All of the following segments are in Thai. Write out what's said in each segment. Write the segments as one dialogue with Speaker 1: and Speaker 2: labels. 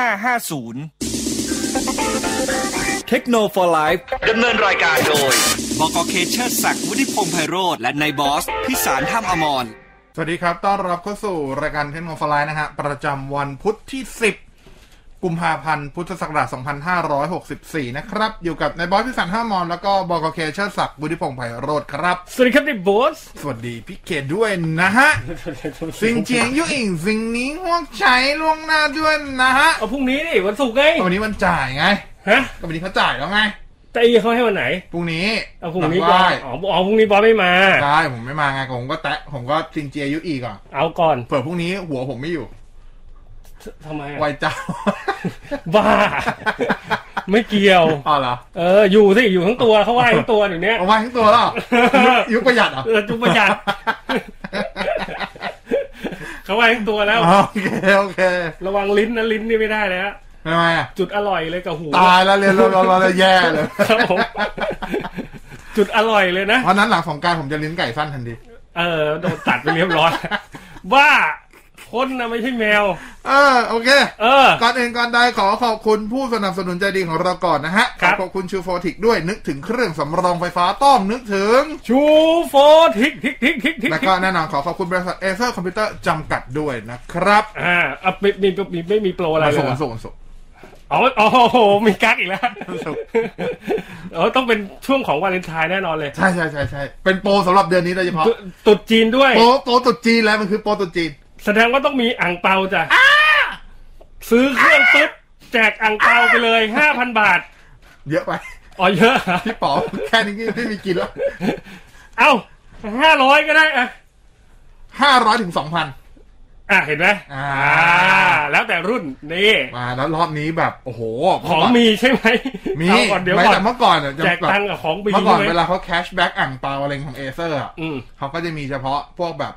Speaker 1: ห้าห้าศูนย์
Speaker 2: เทคโนโลยี
Speaker 3: ดำเนินรายการโดย
Speaker 1: บกเคเชอร์ศักดิ์วุฒิพงษ์ไพโรธและนายบอส พิสารท่ามอมร
Speaker 4: สวัสดีครับ ต้อนรับเข้าสู่รายการเทนโนฟลายนะฮะ ประจำวันพุทธที่ 10 กุมภาพันธ์ พุทธศักราช 2564 นะครับ อยู่กับนายบอยพิสันห้ามอนแล้วก็บอกเคเชอร์ศักดิ์บุธิพงษ์ไพโรธครับ
Speaker 2: สวัสดีครับดิบอส
Speaker 4: สวัสดีพี่เกดด้วยนะฮะ สิงเจียงยุ่อิงสิงนี้ห่วงใช้ล่วงหน้าด้วยนะฮะ
Speaker 2: เอาพรุ่งนี้ดิวันศุกร์ไง
Speaker 4: วันนี้มันจ่ายไง
Speaker 2: ฮะ
Speaker 4: ก็วันนี้เขาจ่ายแล้วไง
Speaker 2: แต่อีเขาให้วันไหน
Speaker 4: พรุ่งนี้
Speaker 2: เอาพรุ่งนี้บอ
Speaker 4: ได้
Speaker 2: สอ๋ออ๋อพรุ่งนี้บอสไม่มา
Speaker 4: ได้ผมไม่มาไงผมก็แตะผมก็สิงเจียยุ่อีก่อน
Speaker 2: เอาก่อน
Speaker 4: เผื่อพรุ่งนี้หัวผมไม่อยู่
Speaker 2: ทำไมอะ
Speaker 4: ไวเจ้า
Speaker 2: บ้า ไม่เกี่ยว
Speaker 4: อ๋อเหรอ
Speaker 2: เอออยู่สิอยู่ทั้งตัวเขาว่าทั้งตัวอยู่เนี้ย
Speaker 4: เอาไว้ทั้งตัว แล้วเหรอยุคยุคประหยัดเหรอ
Speaker 2: เออจุ๊บประหยัดเขาว่าทั้งตัวแล้ว
Speaker 4: อ๋อโอเคโอเค
Speaker 2: ระวังลิ้นนะลิ้นนี่ไม่ได้แล้ว
Speaker 4: ทำไมอ่ะ
Speaker 2: จุดอร่อยเลยกับหู
Speaker 4: ตายแล้วเรียนเราเราเราแย่เลย
Speaker 2: ครับผมจุดอร่อยเลยนะ
Speaker 4: เพราะนั้นหลังสงกรารผมจะลิ้นไก่สั้นทันที
Speaker 2: เออโดนตัดไปเรียบร้อยแล้วบ้าคนนะไม่ใช่แมว
Speaker 4: เออโอเค
Speaker 2: เออ
Speaker 4: ก่อนอื่นก่อนใดขอขอบคุณผู้สนับสนุนใจดีของเราก่อนนะฮะ
Speaker 2: ครับ
Speaker 4: ขอบคุณชูโฟติกด้วยนึกถึงเครื่องสำรองไฟฟ้าต้องนึกถึ ง
Speaker 2: ชูโฟทิกทิกทิกทิกทิก
Speaker 4: แล้วก็แน่นอนขอขอบคุณบริษัทเอเซอร์คอมพิวเตอร์จำกัดด้วยนะครับ
Speaker 2: อ่าอ่ะไม่มีมีไม่มีโปรอะไร
Speaker 4: มา
Speaker 2: เลย
Speaker 4: ส่ง
Speaker 2: เหร
Speaker 4: มา
Speaker 2: อ
Speaker 4: ส่งมาส่ง
Speaker 2: อ๋อโอ้โหมีกั๊กอีกแล้ว
Speaker 4: มาส่ง
Speaker 2: เออต้องเป็นช่วงของวาเลนไทน์แน่นอนเลย
Speaker 4: ใช่ใช่ใช่ใช่เป็นโปรสำหรับเดือนนี้โดยเฉพาะ
Speaker 2: ตุตรุดจีนด้วย
Speaker 4: โปรโปรตรุดจีนแล้วมันคือโปรตรุดจีน
Speaker 2: แสดงว่าต้องมีอ่างเปาจ้ะซื้อเครื่องปุ๊บแจกอ่างเปาไปเลยห้าพันบาท
Speaker 4: เยอะไป
Speaker 2: อ๋อเยอะ
Speaker 4: พี่ป๋อ แค่นี้ไม่มีกินแล้ว
Speaker 2: เอ้าห้าร้อยก็ได้อะ
Speaker 4: ห้าร้อยถึงสองพัน
Speaker 2: อ่ะเห็นไหม
Speaker 4: อ่า
Speaker 2: แล้วแต่รุ่นนี่
Speaker 4: มาแล้วรอบนี้แบบ โอ้โห
Speaker 2: ของมีใช่ไหม
Speaker 4: มี
Speaker 2: เอาก่อนเดี๋ยว
Speaker 4: ไม่
Speaker 2: ก่อ
Speaker 4: แต่
Speaker 2: น
Speaker 4: เมื่อก่อนอะจะ
Speaker 2: แจก
Speaker 4: แบบ
Speaker 2: ตังค์กับของบี
Speaker 4: เมื่อก่อน
Speaker 2: ใช่
Speaker 4: เว
Speaker 2: ไหม
Speaker 4: ลาเขาแคชแบ็กอ่างเปาอะไรของเอเซอร์อะ
Speaker 2: อืม
Speaker 4: เขาก็จะมีเฉพาะพวกแบบ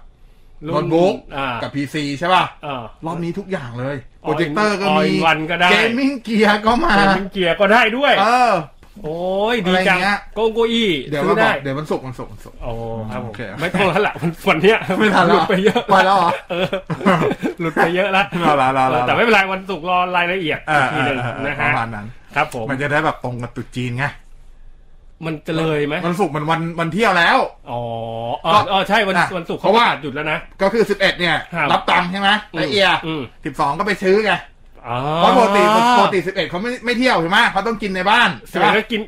Speaker 2: รุ่
Speaker 4: โน้ตบุ๊ก
Speaker 2: อ่า
Speaker 4: กับพีซีใช่ป่ะ
Speaker 2: อ่าร
Speaker 4: อบนี้ทุกอย่างเลย โปรเจคเตอร์ก็มี
Speaker 2: วันก็ได้
Speaker 4: เกมมิ่งเกียร์ก็มา
Speaker 2: เกมมิ่งเกียร์ก็ได้ด้วย
Speaker 4: เออ
Speaker 2: โอ้ยดีจั
Speaker 4: อะ
Speaker 2: ง
Speaker 4: ไรเงี้ย
Speaker 2: โกงโกอี้
Speaker 4: เดี๋ยว
Speaker 2: ซื้
Speaker 4: มา
Speaker 2: อบ
Speaker 4: อ
Speaker 2: ได้
Speaker 4: กเดี๋ยวมันสุกร์มันสุกร์มันสุกร์
Speaker 2: โอ้ครับผม
Speaker 4: โอเค
Speaker 2: ไม่ต้องแล้วล่ะ วันวันเนี้ย
Speaker 4: ไม่ทันแล้ว
Speaker 2: หลุดไปเยอะ
Speaker 4: ไปแล้วเหรอ
Speaker 2: เออหลุดไปเยอะแล้ว
Speaker 4: เอาละเอาละเอาละ
Speaker 2: แต่ไม่เป็นไรวันศุกร์รอรายละเอียดอีกทีหนึ่งนะ
Speaker 4: ป
Speaker 2: ฮะ
Speaker 4: ระมาณนั้น
Speaker 2: ครับผม
Speaker 4: มันจะได้แบบตรงกับตรุษจีนไง
Speaker 2: มันจะเลยไหม
Speaker 4: มันสุกร์มันวันวันเที่ยวแล้ว
Speaker 2: อ๋ออ๋ออ๋อใช่วัน
Speaker 4: อ่ะ
Speaker 2: วันศุกร์
Speaker 4: เพราะว่า
Speaker 2: หยุดแล้วนะ
Speaker 4: ก็คือสิบเอ็ดเนี่ย
Speaker 2: ครับ
Speaker 4: รับตังค์ใช่ไหมไอเอีย
Speaker 2: อืม
Speaker 4: สิบสองก็ไปซื้อไง
Speaker 2: อ๋อ
Speaker 4: เพราะปกติปกติสิบเอ็ดเขาไม่ไม่เที่ยวใช่ไหมเขาต้องกินในบ้าน
Speaker 2: สิ
Speaker 4: ใช่
Speaker 2: บ
Speaker 4: ไหม
Speaker 2: เอ็ดก็กิน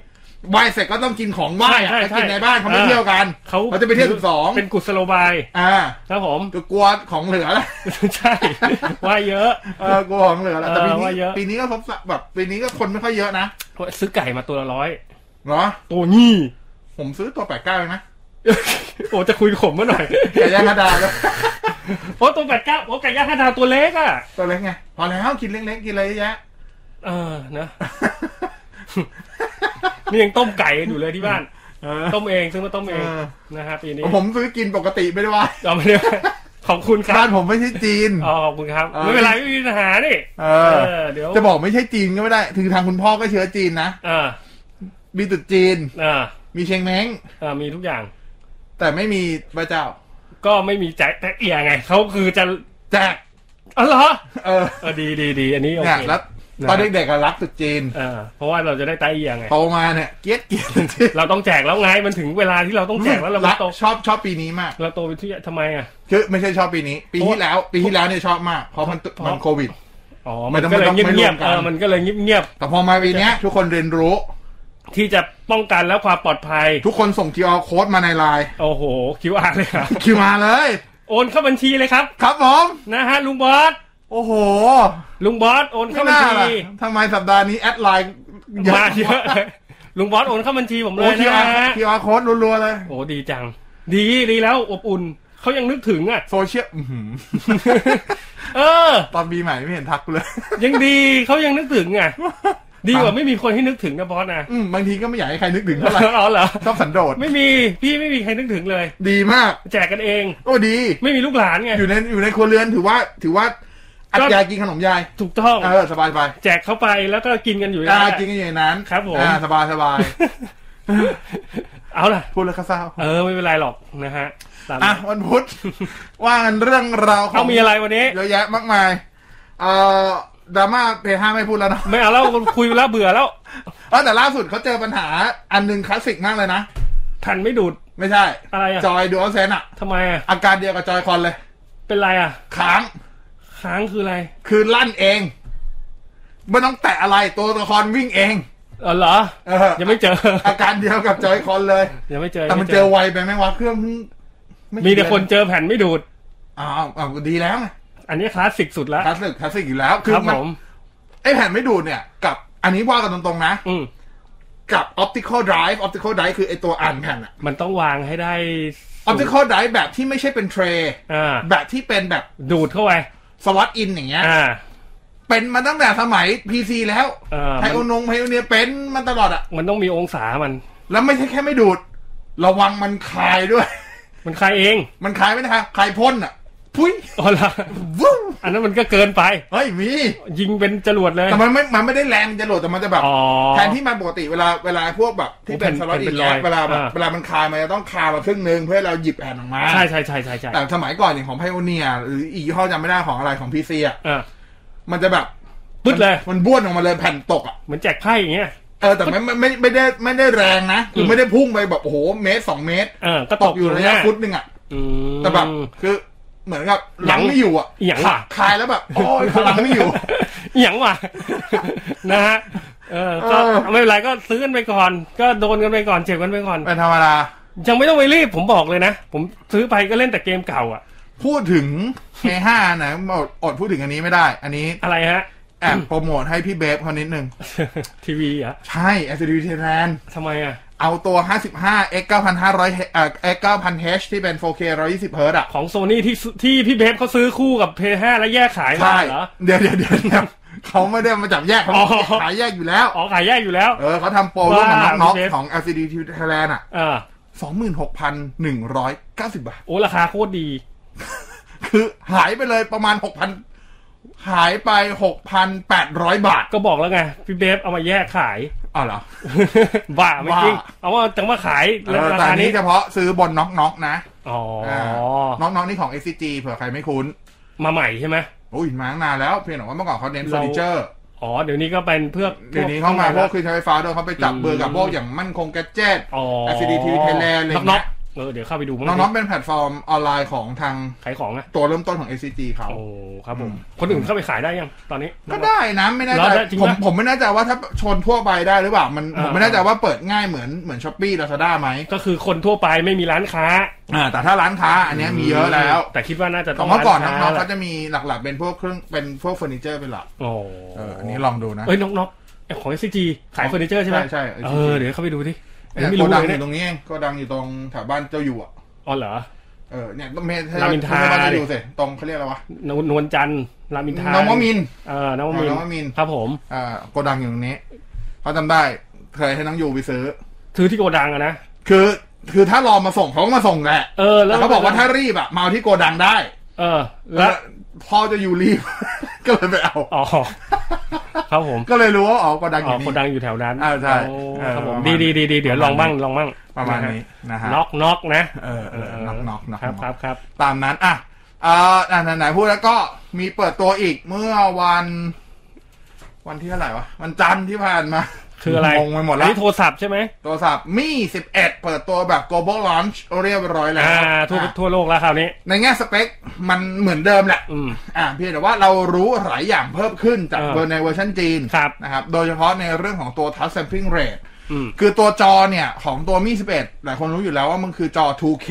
Speaker 4: ไหว้เสร็จก็ต้องกินของไหว้อะ
Speaker 2: ใช่
Speaker 4: ก็
Speaker 2: ใช่
Speaker 4: กินในบ้านเขาไม่
Speaker 2: เออ
Speaker 4: เที่ยวกัน
Speaker 2: เขา
Speaker 4: เขาจะไปเที่ยวสิบสอง
Speaker 2: เป็นกุศโลบาย
Speaker 4: อ่า
Speaker 2: ครับผม
Speaker 4: ก็กลัวของเหลือแหละ
Speaker 2: ใช่ ว่าเยอะ
Speaker 4: เออกลัวของเหลือแหละแต่ปี
Speaker 2: เออ
Speaker 4: นี้
Speaker 2: ว่าเยอะ
Speaker 4: ปีนี้ก็พบแบบปีนี้ก็คนไม่ค่อยเยอะนะ
Speaker 2: ซื้อไก่มาตัวละร้อย
Speaker 4: เหรอ
Speaker 2: ตัว นี้
Speaker 4: ผมซื้อตัวแปดเก้าเองนะ
Speaker 2: โอ้จะคุยกับผมมาหน่อย
Speaker 4: ไก่ย่างกระดาษ ด้วย
Speaker 2: โอ้ตัวแปดเก้าโอ้ไก่ย่างห้าดาวตัวเล็กอ่ะ
Speaker 4: ตัวเล็กไงพอแล้วกินเล็กๆกินอะไรเยอะแยะ
Speaker 2: เออนะ นี่ยังต้มไก่อยู่เลยที่บ้าน
Speaker 4: เออ
Speaker 2: ต้มเองซึ่งมาต้มเอง
Speaker 4: เออ
Speaker 2: นะฮะปีนี้
Speaker 4: ผมซื้อกินปกติไม่ได้ว่า
Speaker 2: เอามาเลยขอบคุณค
Speaker 4: บ้า
Speaker 2: รับ
Speaker 4: นผมไม่ใช่จีน
Speaker 2: อ๋อขอบคุณครับ
Speaker 4: เออ
Speaker 2: ไม่เป็นไรไม่มีปัญหานี่
Speaker 4: เอ
Speaker 2: เอ
Speaker 4: อ
Speaker 2: อเดี๋ยว
Speaker 4: จะบอกไม่ใช่จีนก็ไม่ได้ ถึงทางคุณพ่อก็เชื้อจีนนะ
Speaker 2: อ่า
Speaker 4: มีตรุษจีน
Speaker 2: อ่า
Speaker 4: มีเชียงแมง
Speaker 2: อ่ามีทุกอย่าง
Speaker 4: แต่ไม่มีพระเจ้า
Speaker 2: ก็ไม่มีแจ็คแท็กเอียไงเขาคือจะ
Speaker 4: แจก
Speaker 2: อ๋อเหรอ
Speaker 4: เออ
Speaker 2: เออดีดีดีอันนี้โอ
Speaker 4: เนี่ย
Speaker 2: เค
Speaker 4: แล้วตอนเด็กๆอะรักตรุษจีน
Speaker 2: อ่าเพราะว่าเราจะได้แตกเอียไง
Speaker 4: โตมาเนี่ยเกลียดเกลียดตรุษจีน
Speaker 2: เราต้องแจกแล้วไงมันถึงเวลาที่เราต้องแจกแล้วเรา
Speaker 4: รั
Speaker 2: ไม่
Speaker 4: ก
Speaker 2: โต
Speaker 4: ชอบชอบปีนี้มาก
Speaker 2: เราโตไปที่ทำไมอ่ะ
Speaker 4: คือไม่ใช่ชอบปีนี้ ปีที่แล้ว ปีที่แล้วเนี่ยชอบมาก เพราะมัน
Speaker 2: เพราะ
Speaker 4: มันโควิด
Speaker 2: อ๋อ
Speaker 4: ไม่
Speaker 2: มัน
Speaker 4: ต้อง
Speaker 2: ก็เลย
Speaker 4: ไม่ต้อง
Speaker 2: เงียบ
Speaker 4: ไม่รวมกัน
Speaker 2: ๆเออมันก็เลยเงียบ
Speaker 4: แต่พอมาปีเนี้ย ทุกคนเรียนรู้
Speaker 2: ๆที่จะป้องกันและความปลอดภัย
Speaker 4: ทุกคนส่ง QR code มาในไลน์
Speaker 2: โอ้โห QR เลยครับ
Speaker 4: คิวมาเลย
Speaker 2: โอนเข้าบัญชีเลยครับ
Speaker 4: ครับผม
Speaker 2: นะฮะลุงบอส
Speaker 4: โอ้โห
Speaker 2: ลุงบอสโอนเข้า
Speaker 4: ไม่
Speaker 2: บัญ
Speaker 4: น่า
Speaker 2: ชี
Speaker 4: ล่ะทำไมสัปดาห์นี้แอดไลน์
Speaker 2: มาเยอะลุงบอสโอนเข้าบัญชีผมเล
Speaker 4: โอ้
Speaker 2: ยนะ
Speaker 4: QR
Speaker 2: ฮะ
Speaker 4: QR code รัวๆเลย
Speaker 2: โอ้ดีจัง ดีดีแล้วอบอุ่นเขายังนึกถึงอ่ะ
Speaker 4: โซเชียลอื้อ หือ
Speaker 2: เออ
Speaker 4: ตอนปีใหม่ไม่เห็นทักกูเลย
Speaker 2: ยังดีเขายังนึกถึงอ่ะ ดีกว่าไม่มีคนให้นึกถึงนะบอสนะ
Speaker 4: อืมบางทีก็ไม่อยากให้ใครนึกถึงเท่าไห ร่
Speaker 2: อ๋อเหรอ
Speaker 4: ชอบสันโดษ
Speaker 2: ไม่มีพี่ไม่มีใครนึกถึงเลย
Speaker 4: ดีมาก
Speaker 2: แจกกันเอง
Speaker 4: โอ้ดี
Speaker 2: ไม่มีลูกหลานไง
Speaker 4: อยู่ในอยู่ในครัวเรือนถือว่า ถือว่า อัดยายกินขนมยาย
Speaker 2: ถูกต้อง
Speaker 4: เออ สบายไป
Speaker 2: แจกเข้าไปแล้วก็กินกันอยู่
Speaker 4: อ่า
Speaker 2: ได้
Speaker 4: กินกันอยู่ในนั้น
Speaker 2: ครับผม
Speaker 4: อ่าสบายสบาย
Speaker 2: เอาล่ะ
Speaker 4: พูดแล้วก็เศร้า
Speaker 2: เออไม่เป็นไรหรอกนะฮะตาม
Speaker 4: อ่ะวันพุธ ว่ากันเรื่องราวขอ
Speaker 2: เขา
Speaker 4: ง
Speaker 2: มีอะไรวันนี้
Speaker 4: เยอะแยะมากมาย เอ่อ ดราม่าเพย์ห้าไม่พูดแล้วเนาะ
Speaker 2: ไม่เอาแล้ว คุยไปแล้วเบื่อแล้ว
Speaker 4: เออแต่ล่าสุดเขาเจอปัญหาอันหนึงคลาสสิกมากเลยนะ
Speaker 2: ทันไม่ดูด
Speaker 4: ไม่ใช่
Speaker 2: อะไรอะ
Speaker 4: จอยดูเอาเซนอะ
Speaker 2: ทำไมอ่ะ
Speaker 4: อาการเดียวกับจอยคอนเลย
Speaker 2: เป็นไรอ่ะ
Speaker 4: ค้าง
Speaker 2: ค้างคืออะไร
Speaker 4: คือลั่นเองไม่ต้องแตะอะไรตัวละครวิ่งเอง
Speaker 2: เออเหรอ
Speaker 4: เออ
Speaker 2: ยังไม่เจอ
Speaker 4: อาการเดียวกับจอยคอนเลย
Speaker 2: ยังไม่เจอ
Speaker 4: แต่มันเจอไวไปไหมวะเครื่องไ
Speaker 2: มีแต่คนเจอแผ่นไม่ดูด
Speaker 4: อ้าวอ้าวดีแล้วไง
Speaker 2: อันนี้คลาสสิกสุดละ
Speaker 4: คลาสสิกคลาสสิกอยู่แล้วคือ
Speaker 2: ครับ
Speaker 4: มัน
Speaker 2: ผม
Speaker 4: ไอแผ่นไม่ดูดเนี่ย กับอันนี้ว่ากันตรงๆนะ
Speaker 2: อืม
Speaker 4: กับ optical drive optical drive คือไอตัวอ่านแผ่นอะ
Speaker 2: มันต้องวางให้ได้
Speaker 4: optical drive แบบที่ไม่ใช่เป็นเทรย์
Speaker 2: อ่า
Speaker 4: แบบที่เป็นแบบ
Speaker 2: ดูดเข้าไป
Speaker 4: สวัตอินอย่างเงี้ย
Speaker 2: อ่า
Speaker 4: เป็นมาตั้งแต่สมัย PC แล้ว
Speaker 2: เออมัน
Speaker 4: ไฮโอนงไฮโอเนียเป็นมันตลอดอะ
Speaker 2: มันต้องมีองศามัน
Speaker 4: แล้วไม่ใช่แค่ไม่ดูด ระวังมันคายด้วย
Speaker 2: มันคลายเอง
Speaker 4: มันคายไม่นะคะคายพ่นอะพุ้ย
Speaker 2: อ๋อเหรอ
Speaker 4: วุ้ง
Speaker 2: อันนั้นมันก็เกินไป
Speaker 4: เฮ้ยมี
Speaker 2: ยิงเป็นจรวดเลย
Speaker 4: แต่มันไม่ มันไม่ได้แรงจะโหลดแต่มันจะแบบ
Speaker 2: อ๋อ
Speaker 4: แทนที่มันปกติเวลาเวลาพวกแบบที่เป็น
Speaker 2: โอ้
Speaker 4: สล็
Speaker 2: แผ่น
Speaker 4: อต
Speaker 2: แผ่น
Speaker 4: อี
Speaker 2: เป็
Speaker 4: ก
Speaker 2: น
Speaker 4: แล้ว
Speaker 2: รอย
Speaker 4: เวลาแบบ
Speaker 2: อ่า
Speaker 4: เวลามันคายมันจะต้องคามาครึ่งหนึงเพื่อให้เราหยิบแผ่นออกมา
Speaker 2: ใช่ใช่ใช่ใช่ใช่
Speaker 4: แต่สมัยก่อนอย่างของไพโอเนียหรืออีกยี่ห้อจำไม่ได้ของอะไรของพีซีอ่ะ
Speaker 2: อ่า
Speaker 4: มันจะแบบ
Speaker 2: ปึ๊ดเลย
Speaker 4: มันบ้วนออกมาเลยแผ่นตกอ่ะ
Speaker 2: เหมือนแจกไพ่อย่างเงี้ย
Speaker 4: เออแต่ไม่ไม่ไม่ไม่ได้ไม่ได้แรงนะคือ
Speaker 2: ม
Speaker 4: ไม่ได้พุ่งไปแบบโอ้โหเมตรสองเมตร
Speaker 2: เออก็
Speaker 4: ต
Speaker 2: ต
Speaker 4: ก
Speaker 2: ก
Speaker 4: อยู่ระยะ
Speaker 2: ข้างหน้า
Speaker 4: ฟุตหนึ่งอ่ะ
Speaker 2: อืม
Speaker 4: แต่แบบคือเหมือนกับหลัง
Speaker 2: หยัง
Speaker 4: ไม่อยู่อ่ะ
Speaker 2: หยัง
Speaker 4: ขา
Speaker 2: ว่ะ
Speaker 4: คายแล้วแบบโอ้ยพลังไม่อยู่
Speaker 2: อหย่างว่ะ นะฮะเออก็
Speaker 4: เออ
Speaker 2: ไม่เป็นไรก็ซื้อกันไปก่อน ก็โดนกันไปก่อนเจ็บกันไปก่อน
Speaker 4: เป็นธรรมดา
Speaker 2: ยังไม่ต้องไปรีบผมบอกเลยนะ ผมซื้อไปก็เล่นแต่เกมเก่าอะ
Speaker 4: พูดถึง K5 นะอดอดพูดถึงอันนี้ไม่ได้ อันนี้
Speaker 2: อะไร ฮะ
Speaker 4: แอบโปรโมทให้พี่เบฟเขานิดนึง
Speaker 2: ทีวีเหรอะ
Speaker 4: ใช่ SUV t h a i l a n d
Speaker 2: ทำไมอะ
Speaker 4: เอาตัว 55 X 9500เอ่อ X 9000 H ที่เป็น 4K 120 Hz อ่ะ
Speaker 2: ของโซนี่ที่ซื้อที่พี่เบฟเขาซื้อคู่กับเพย์ห้าและแยกขายมา
Speaker 4: ใช่
Speaker 2: เหรอ
Speaker 4: เดี๋ยวเดี๋ยวเดี๋ยวเดี๋ยวเขาไม่ได้มาจับแยกเขา
Speaker 2: อ๋อ
Speaker 4: ขายแยกอยู่แล้ว
Speaker 2: อ๋อขายแยกอยู่แล้ว
Speaker 4: เออเขาทำโปรร่วมกับน็อก
Speaker 2: พี่เบฟ
Speaker 4: ๆของ LCD Thailand อ่ะ
Speaker 2: เออ
Speaker 4: 26,190 บาท
Speaker 2: โอ้ราคาโคตรดี
Speaker 4: คือหายไปเลยประมาณ 6,000 หายไป 6,800 บาท
Speaker 2: ก็บอกแล้วไงพี่เบฟเอามาแยกขาย
Speaker 4: อ๋อเหรอ
Speaker 2: บ้าไม่จริง
Speaker 4: บ้า
Speaker 2: เอาว่าจังมาขาย
Speaker 4: เออ
Speaker 2: รา
Speaker 4: แต่
Speaker 2: คา
Speaker 4: อัน
Speaker 2: นี้
Speaker 4: นี้เฉพาะซื้อบนน็อกๆนะ
Speaker 2: อ๋ออา
Speaker 4: น็อกๆนี่ของ SCG เผื่อใครไม่คุ้น
Speaker 2: มาใหม่ใช่ไหม
Speaker 4: โอ้ยมาตั้งนานแล้ว เพียงแต่ว่าเมื่อก่อนเขาเน้นเฟอ
Speaker 2: เรา
Speaker 4: ร์นิเจอร์
Speaker 2: อ๋อเดี๋ยวนี้ก็เป็นเพื่อ
Speaker 4: เดี๋ยวนี้เข้ามาพวกคือใช้ไฟฟ้าด้วยเขาไปจับ
Speaker 2: อืม
Speaker 4: เบอร์กับพวกอย่างมั่นคงแกดเจ็ต
Speaker 2: อ๋อ
Speaker 4: LCD TV Thailand อะไรเงี้ย
Speaker 2: น็อกๆเออเดี๋ยวเข้าไปดูมั้ง
Speaker 4: น้องๆเป็นแพลตฟอร์มออนไลน์ของทาง
Speaker 2: ขายของอะ
Speaker 4: ตัวเริ่มต้นของ ACG เขา
Speaker 2: โอ้ครับผม
Speaker 4: อืม
Speaker 2: คนอื่นเข้าไปขายได้ยังตอนนี้
Speaker 4: ก็ได้นะไม่แน่ใจ
Speaker 2: แล้วจริง
Speaker 4: ผม
Speaker 2: ปะ
Speaker 4: ผมไม่แน่ใจว่าถ้าชนทั่วไปได้หรือเปล่ามัน
Speaker 2: อ่า
Speaker 4: ผมไม่แน่ใจว่าเปิดง่ายเหมือนเหมือนช้อปปี้ลาซาด้าไหม
Speaker 2: ก็คือคนทั่วไปไม่มีร้านค้า
Speaker 4: อ่าแต่ถ้าร้านค้าอันเนี้ยมีเยอะแล้ว
Speaker 2: แต่คิดว่าน่าจะต้
Speaker 4: แต่
Speaker 2: อง
Speaker 4: เมื่อก่อนน้อ
Speaker 2: ร้า
Speaker 4: งๆ
Speaker 2: ค้า
Speaker 4: เขาจะมีหลักๆเป็นพวกเครื่องเป็นพวกเฟอร์นิเจอร์เป็นหลัก
Speaker 2: โอ้
Speaker 4: เอออันนี้ลองดูนะ
Speaker 2: เอ้ยน็อกน็อกของ SCG ขายเฟอร์นิเจอร์ใช่ไหม
Speaker 4: ใช่ใช่ SCG
Speaker 2: เออเดี๋ยวเข้าไปดูดิเอ้ย
Speaker 4: เนี่ย
Speaker 2: ไม่
Speaker 4: โก
Speaker 2: รู้
Speaker 4: ดังอ
Speaker 2: เลยเนี่
Speaker 4: ยู่
Speaker 2: ย
Speaker 4: ตรงนี้เองโกดังอยู่ตรงแถวบ้านเจ้าอยู่อ่ะ
Speaker 2: อ๋อเหรอ
Speaker 4: เออเนี่ยต้องเมท
Speaker 2: รามอินทรา
Speaker 4: ให้เราดูสิตรงเขาเรียกอะไรวะ
Speaker 2: นวลนวลจันทร์รามอินทรา
Speaker 4: น้องมมิน
Speaker 2: เออนวมิน
Speaker 4: อ๋อนวมินทร์
Speaker 2: ครับผม
Speaker 4: อ่าโกดังอยู่ตรงนี้เขาจำได้เคยให้น้องยูไปซื้อ
Speaker 2: ซื้อที่โกดังอะนะ
Speaker 4: คือคือถ้ารอมาส่งเขาก็มาส่งแหละ
Speaker 2: เออแล้
Speaker 4: แต่
Speaker 2: ว
Speaker 4: เขาบอกว่าถ้ารีบอ่ะมาเอาที่โกดังได้
Speaker 2: เออแล้ว
Speaker 4: พ่อจะอยู่รีบ ก็เลยไปเอา
Speaker 2: อ๋อครับผม
Speaker 4: ก็เลยรู้ว่าอ๋อโกดังอ
Speaker 2: อ๋อยู่ โก
Speaker 4: นี่
Speaker 2: ดังอยู่แถวนั้น
Speaker 4: อ่าใช่
Speaker 2: โอ้
Speaker 4: เออ
Speaker 2: ครับผม
Speaker 4: ประมา
Speaker 2: ดี
Speaker 4: ณ
Speaker 2: ดีดีดีเดี๋ยวลองบ้างลองบ้าง
Speaker 4: ประมาณนี้นะฮะ
Speaker 2: น็อกน็อกนะ
Speaker 4: เออเออน็อกน็อกน็อก
Speaker 2: ครับครับครับ
Speaker 4: ตามนั้นอ่ะอ่าอ่ะไหนไหนพูดแล้วก็มีเปิดตัวอีกเมื่อวัน วันที่เท่าไหร่วะวันจันทร์ที่ผ่านมา
Speaker 2: คืออะไร
Speaker 4: งงไปหมด
Speaker 2: อั
Speaker 4: แล้
Speaker 2: น
Speaker 4: ว
Speaker 2: นี้โทรศัพท์ใช่ไหม
Speaker 4: โทรศัพท์มี่11 เปิดตัวแบบ global launch เรียบร้อยแล้ว
Speaker 2: อ่าทั่ว
Speaker 4: อ่ะ
Speaker 2: ทั่วโลกแล้วคราวนี้
Speaker 4: ในแง่สเปค มันเหมือนเดิมแหละ
Speaker 2: อืม
Speaker 4: อ่าเพียงแต่ว่าเรารู้หลายอย่างเพิ่มขึ้นจาก
Speaker 2: เออ
Speaker 4: เวอร์ในเวอร์ชันจีน
Speaker 2: ครับ
Speaker 4: นะครับ โดยเฉพาะในเรื่องของตัว touch sampling rate
Speaker 2: อืม
Speaker 4: คือตัวจอเนี่ย ของตัวมี่11 หลายคนรู้อยู่แล้วว่ามันคือจอ 2K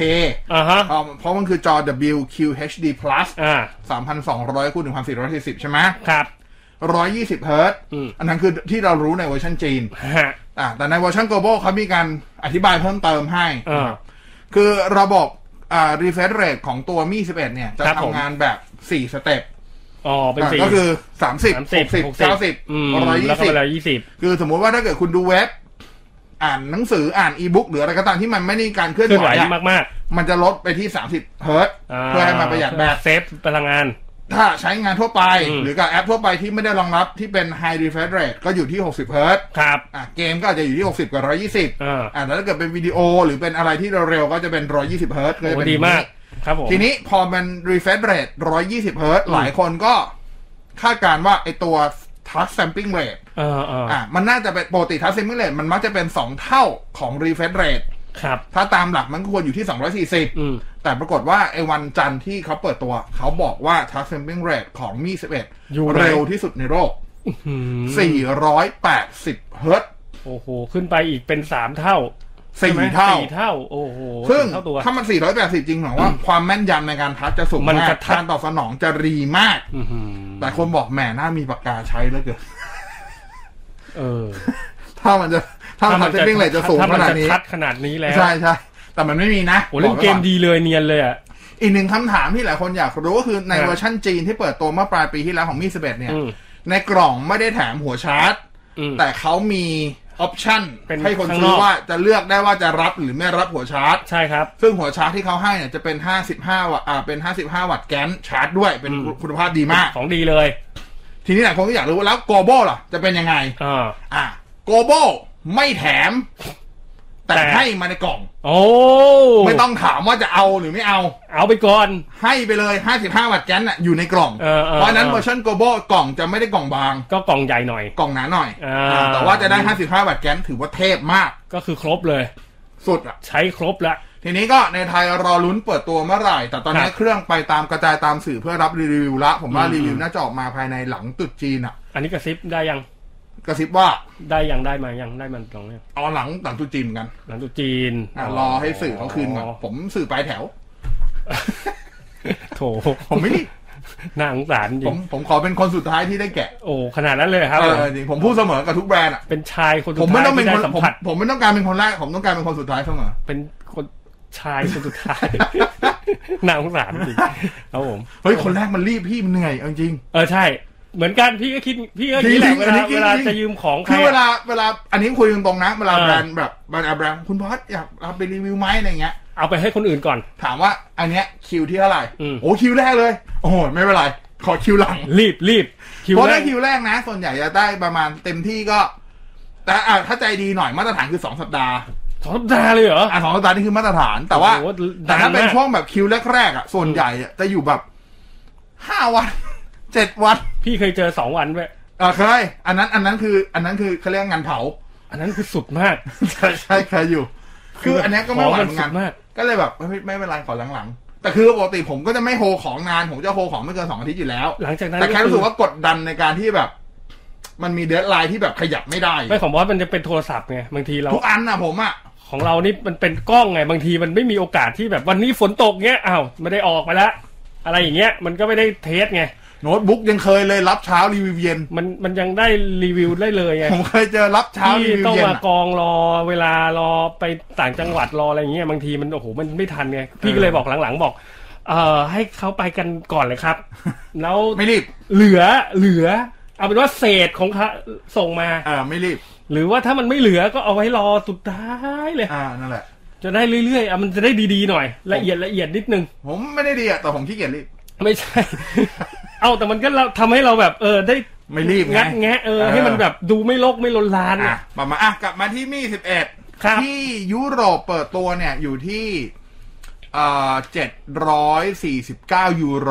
Speaker 2: อ่าฮะ
Speaker 4: เอาเพราะมันคือจอ WQHD plus
Speaker 2: อ่า
Speaker 4: 3,200คูณ1,440 ใช่ไหม
Speaker 2: ครับ
Speaker 4: 120เฮิร์ตซ์
Speaker 2: อืม
Speaker 4: อันนั้นคือที่เรารู้ในเวอร์ชันจีน
Speaker 2: ฮะ
Speaker 4: อ่าแต่ในเวอร์ชัน global เขามีการอธิบายเพิ่มเติมให้
Speaker 2: เออ
Speaker 4: คือระบบอ่า refresh rate ของตัวมี่11 เนี่ย จะ
Speaker 2: ครับผม
Speaker 4: ทำงานแบบ 4 สเต็ป
Speaker 2: อ๋อเป็นสี่
Speaker 4: อ่าก็คือ 30
Speaker 2: สามสิบ
Speaker 4: 60
Speaker 2: หกสิบอืม
Speaker 4: 90
Speaker 2: แล้วก็เป็นร้อย
Speaker 4: 120
Speaker 2: ยี่สิบ
Speaker 4: คือสมมุติว่าถ้าเกิดคุณดูเว็บ อ่านหนังสืออ่านอีบุ๊กหรืออะไรก็ตามที่มันไม่ได้การเคลื่อน
Speaker 2: เคลื่อน
Speaker 4: ไห
Speaker 2: ไห
Speaker 4: ว
Speaker 2: ว
Speaker 4: อะ
Speaker 2: มาก
Speaker 4: มันจะลดไปที่ 30 เฮิร์ตซ์
Speaker 2: ๆา
Speaker 4: เพื่อให้มันประหยัดแบต
Speaker 2: เซฟพลังงาน
Speaker 4: ถ้าใช้งานทั่วไป
Speaker 2: อืม
Speaker 4: หรือกับแอปทั่วไปที่ไม่ได้รองรับที่เป็น high refresh rate ก็อยู่ที่ 60 เฮิร์ตซ์
Speaker 2: ครับ
Speaker 4: อ่ะเกมก็อาจจะอยู่ที่ 60 กับ 120
Speaker 2: อ่า
Speaker 4: อ่าแล้วถ้าเกิดเป็นวิดีโอหรือเป็นอะไรที่เร็วๆก็จะเป็น 120 เฮิร์ตซ์ก็จะ
Speaker 2: โอ้
Speaker 4: เป็น
Speaker 2: ดีมาก
Speaker 4: อย่ง
Speaker 2: ครับผ
Speaker 4: นี้
Speaker 2: ม
Speaker 4: ทีนี้พอมัน refresh rate 120 เฮิร์ตซ์หลายคนก็ คาดการณ์ว่าไอตัว task sampling rate
Speaker 2: เออเออ
Speaker 4: อ่ะมันน่าจะเป็นปกติ task sampling rate มันมักจะเป็น 2 เท่าของ refresh rate
Speaker 2: ครับ
Speaker 4: ถ้าตามหลักมันควรอยู่ที่
Speaker 2: อืม
Speaker 4: 240 แต่ปรากฏว่าไอ้วันจันทร์ที่เขาเปิดตัว เขาบอกว่า task sampling rate ของมี
Speaker 2: อยู่ไหน
Speaker 4: 11 เร็วที่สุดในโลก
Speaker 2: อืม
Speaker 4: 480 เฮิรตซ์
Speaker 2: โอ้โห ขึ้นไปอีกเป็นสามเท่าใช่
Speaker 4: สี่
Speaker 2: ไหม
Speaker 4: เท่า
Speaker 2: สี่เท่า โอ้โห
Speaker 4: ซึ่ง
Speaker 2: สี่เท่าตัว
Speaker 4: ถ้ามัน 480 จริงหรอว่าความแม่นยำในการทัชจะสูง
Speaker 2: มัน
Speaker 4: มาก
Speaker 2: กระทัด
Speaker 4: การตอบสนองจะรีมาก
Speaker 2: อื้อหือ
Speaker 4: หลายคนบอกแหมน่ามีปากกาใช้แล้วเกิน
Speaker 2: เออ
Speaker 4: ถ้ามันจะถ้าทัชวิ่งเลยจะสูง
Speaker 2: ถ้
Speaker 4: ข
Speaker 2: มัน
Speaker 4: นาด
Speaker 2: จะ
Speaker 4: นี้
Speaker 2: ทัดขนาดนี้แล้ว
Speaker 4: ใช่ใช่แต่มันไม่มีนะ
Speaker 2: โอ้เล่น
Speaker 4: บอก
Speaker 2: เก
Speaker 4: ไว้
Speaker 2: ม
Speaker 4: อน
Speaker 2: ดีเลยเนียนเลยอ่ะ
Speaker 4: อีกหนึ่งคำถามที่หลายคนอยากรู้ก็คือใน
Speaker 2: ครับ
Speaker 4: เวอร์ชันจีนที่เปิดตัวเมื่อปลายปีที่แล้วของมี11เนี่ย
Speaker 2: อืม
Speaker 4: ในกล่องไม่ได้แถมหัวชาร์จ
Speaker 2: อืม
Speaker 4: แต่เขามีออปชั่น
Speaker 2: เป็น
Speaker 4: ให้คน
Speaker 2: ข้างน
Speaker 4: ซื้อ
Speaker 2: อก
Speaker 4: ว่าจะเลือกได้ว่าจะรับหรือไม่รับหัวชาร์จ
Speaker 2: ใช่ครับ
Speaker 4: ซึ่งหัวชาร์จที่เขาให้เนี่ยจะเป็น 55 วัตต์อ่า เป็น 55 วัตต์แก๊นชาร์จด้วย เป็น
Speaker 2: อืม
Speaker 4: คุณภาพดีมาก
Speaker 2: ของดีเลย
Speaker 4: ทีนี้หลายคนก็อยากรู้ว่าแล้วโกโบล่ะ จะเป็นยังไง
Speaker 2: อ่า
Speaker 4: อ่าโกโบไม่แถม แต่
Speaker 2: แต่
Speaker 4: ให้มาในกล่อง
Speaker 2: โอ้
Speaker 4: ไม่ต้องถามว่าจะเอาหรือไม่เอา
Speaker 2: เอาไปก่อน
Speaker 4: ให้ไปเลย 55 วัตต์แก๊นน่ะอยู่ในกล่อง
Speaker 2: เออเออ
Speaker 4: เพราะฉะนั้น
Speaker 2: เออ
Speaker 4: เวอร์ชันโกโบกล่องจะไม่ได้กล่องบาง
Speaker 2: ก็กล่องใหญ่หน่อย
Speaker 4: กล่องหนาหน่อย
Speaker 2: อ่า
Speaker 4: อ่าแต่ว่าจะได้ 55 วัตต์แก๊นถือว่าเทพมาก
Speaker 2: ก็คือครบเลย
Speaker 4: สุดอ่ะ
Speaker 2: ใช้ครบละ
Speaker 4: ทีนี้ก็ในไทยรอลุ้นเปิดตัวเมื่อไหร่ แต่ตอนนี้
Speaker 2: ครับ
Speaker 4: เครื่องไปตามกระจายตามสื่อเพื่อรับรีวิวละ ผมว่า
Speaker 2: อืม
Speaker 4: รีวิวน่าจะออกมาภายในหลังตรุดจีนอ่ะ
Speaker 2: อันนี้กระซิบได้ยัง
Speaker 4: กระซิบว่า
Speaker 2: ได้ยังได้มายังได้มันตรงเนี้ย
Speaker 4: เอาหลังหลังตรุดจีนเหมือนกัน
Speaker 2: หลังตุจีน
Speaker 4: อ่ะรอให้สื่อเขาคืนก่อนผมสื่อปลายแถว
Speaker 2: โถ
Speaker 4: ผมไม่รีบ
Speaker 2: น่าสงส ารจริ
Speaker 4: ผม
Speaker 2: ง
Speaker 4: ผมขอเป็นคนสุดท้ายที่ได้แกะ
Speaker 2: โอ้ขนาดนั้นเลยครับ
Speaker 4: เออจริงผมพูดเสมอกับทุกแบรนด์อ่ะ
Speaker 2: เป็นชายคนสุด
Speaker 4: ผมไม่
Speaker 2: ท้าย
Speaker 4: ต้องเป็
Speaker 2: ที่
Speaker 4: น
Speaker 2: ได้
Speaker 4: คน
Speaker 2: สัม
Speaker 4: ผม
Speaker 2: ผัส
Speaker 4: ผมไม่ต้องการเป็นคนแรกผมต้องการเป็นคนสุดท้ายเสมอ
Speaker 2: เป็นคนชายคนสุด ท้าย น่าสงสารจริงครับผม
Speaker 4: เฮ้ยคนแรกมันรีบพี่มันเหนื่อยเอาจริง
Speaker 2: เออใช่ เหมือนกันพี่ก็คิดพี่ก็คิดแห
Speaker 4: จริงๆ
Speaker 2: ละเว
Speaker 4: อันนี้
Speaker 2: ลา
Speaker 4: จริงๆ
Speaker 2: เวลาจะยืมของใคร
Speaker 4: คือเว
Speaker 2: อะ
Speaker 4: ลาเวลาอันนี้คุยตรงๆนะเวลา
Speaker 2: เออ
Speaker 4: แบรนด์แบบแบรนด์แบรนด์คุณพอสอยากรับไปรีวิวไหมอะไรเงี้ย
Speaker 2: เอาไปให้คนอื่นก่อน
Speaker 4: ถามว่าอันเนี้ยคิวที่เท่าไหร่
Speaker 2: อืม
Speaker 4: โอ้คิวแรกเลย โอ้โหไม่เป็นไร ขอคิวหลัง
Speaker 2: รีบรีบคิว
Speaker 4: เพราะ
Speaker 2: แร
Speaker 4: ได้
Speaker 2: ก
Speaker 4: คิวแรกนะ ส่วนใหญ่จะได้ประมาณเต็มที่ก็ แต่อ่ะถ้าใจดีหน่อยมาตรฐานคือสองสัปดาห์
Speaker 2: สองสัปดาห์เลยเหรอ
Speaker 4: อ่ะสองสัปดาห์นี่คือมาตรฐาน แต่ว่า
Speaker 2: โอ้โหดั
Speaker 4: แต่
Speaker 2: งมาก
Speaker 4: ถ้าเป็นช่วงแบบคิวแรกๆอ่ะส่วนใหญ่อ่ะจะอยู่แบบห้าวัน เจ็ดวัน
Speaker 2: พี่เคยเจอสองวันเว้ย
Speaker 4: อ่ะเคยอันนั้นอันนั้นคือ อันนั้นคือเขาเรียกงานเผา
Speaker 2: อันนั้นคือสุดมาก
Speaker 4: ใช่ใช่เคยอยู่ คืออันเนี้ยก็ไม่ไหวเหมือน
Speaker 2: ของมันสุ
Speaker 4: กัน
Speaker 2: ดมาก
Speaker 4: ก็เลยแบบไม่ไม่เป็นไรขอหลังๆแต่คือปกติผมก็จะไม่โฮของนานผมจะโฮของไม่เกินสองอาทิตย์อยู่แล้ว
Speaker 2: หลังจากนั้น
Speaker 4: แต่แค่รู้สึกว่ากดดันในการที่แบบ มันมีเดทไลน์ที่แบบขยับไม่ได้
Speaker 2: ไม่ของบอสมันจะเป็นโทรศัพท์ไงบางทีเรา
Speaker 4: ทุกอันนะผมอ่ะ
Speaker 2: ของเรานี่มันเป็นกล้องไงบางทีมันไม่มีโอกาสที่แบบวันนี้ฝนตกเงี้ยอ้าวไม่ได้ออกมาละอะไรอย่างเงี้ยมันก็ไม่ได้เทสไง
Speaker 4: โน้ตบุ๊กยังเคยเลยรับเช้ารีวิวเย็น
Speaker 2: มันมันยังได้รีวิวได้เลยไง
Speaker 4: ผมเคยเจอรับเช้ารี
Speaker 2: ที่
Speaker 4: วิว
Speaker 2: ต้อง
Speaker 4: เย็น
Speaker 2: มา
Speaker 4: อะ
Speaker 2: กองรอเวลารอไปต่างจังหวัดรออะไรอย่างเงี้ยบางทีมันโอ้โหมันไม่ทันไงพี่ก็เลยบอกหลังๆบอก เอ่อให้เขาไปกันก่อนเลย ครับ แล้ว
Speaker 4: ไม่รีบ
Speaker 2: เหลือเหลือ เอาเป็นว่าเศษของเขาส่งมา
Speaker 4: อ่าไม่รีบ
Speaker 2: หรือว่าถ้ามันไม่เหลือก็เอาไว้รอสุดท้ายเลย
Speaker 4: อ่านั่นแหละ
Speaker 2: จะได้เรื่อยๆอ่ะมันจะได้ดีๆหน่อย ละเอียดละเอียดนิดนึง
Speaker 4: ผมไม่ได้ดีอ่ะแต่ผมขี้เกียจรีบ
Speaker 2: ไม่ใช่ เอาแต่มันก็เราทำให้เราแบบ เออได้
Speaker 4: ไม่รีบไง
Speaker 2: งัดแงะเออ
Speaker 4: เออ
Speaker 2: ให้มันแบบดูไม่โลกไม่ลนลาน
Speaker 4: อ่ะ
Speaker 2: อ่ะ
Speaker 4: มามาอ่ะกลับมาที่มี่สิบเอ็ด
Speaker 2: ครับ
Speaker 4: ที่ยุโรปเปิดตัวเนี่ยอยู่ที่เอ่อเจ็ดร้อยสี่สิบเก้ายูโร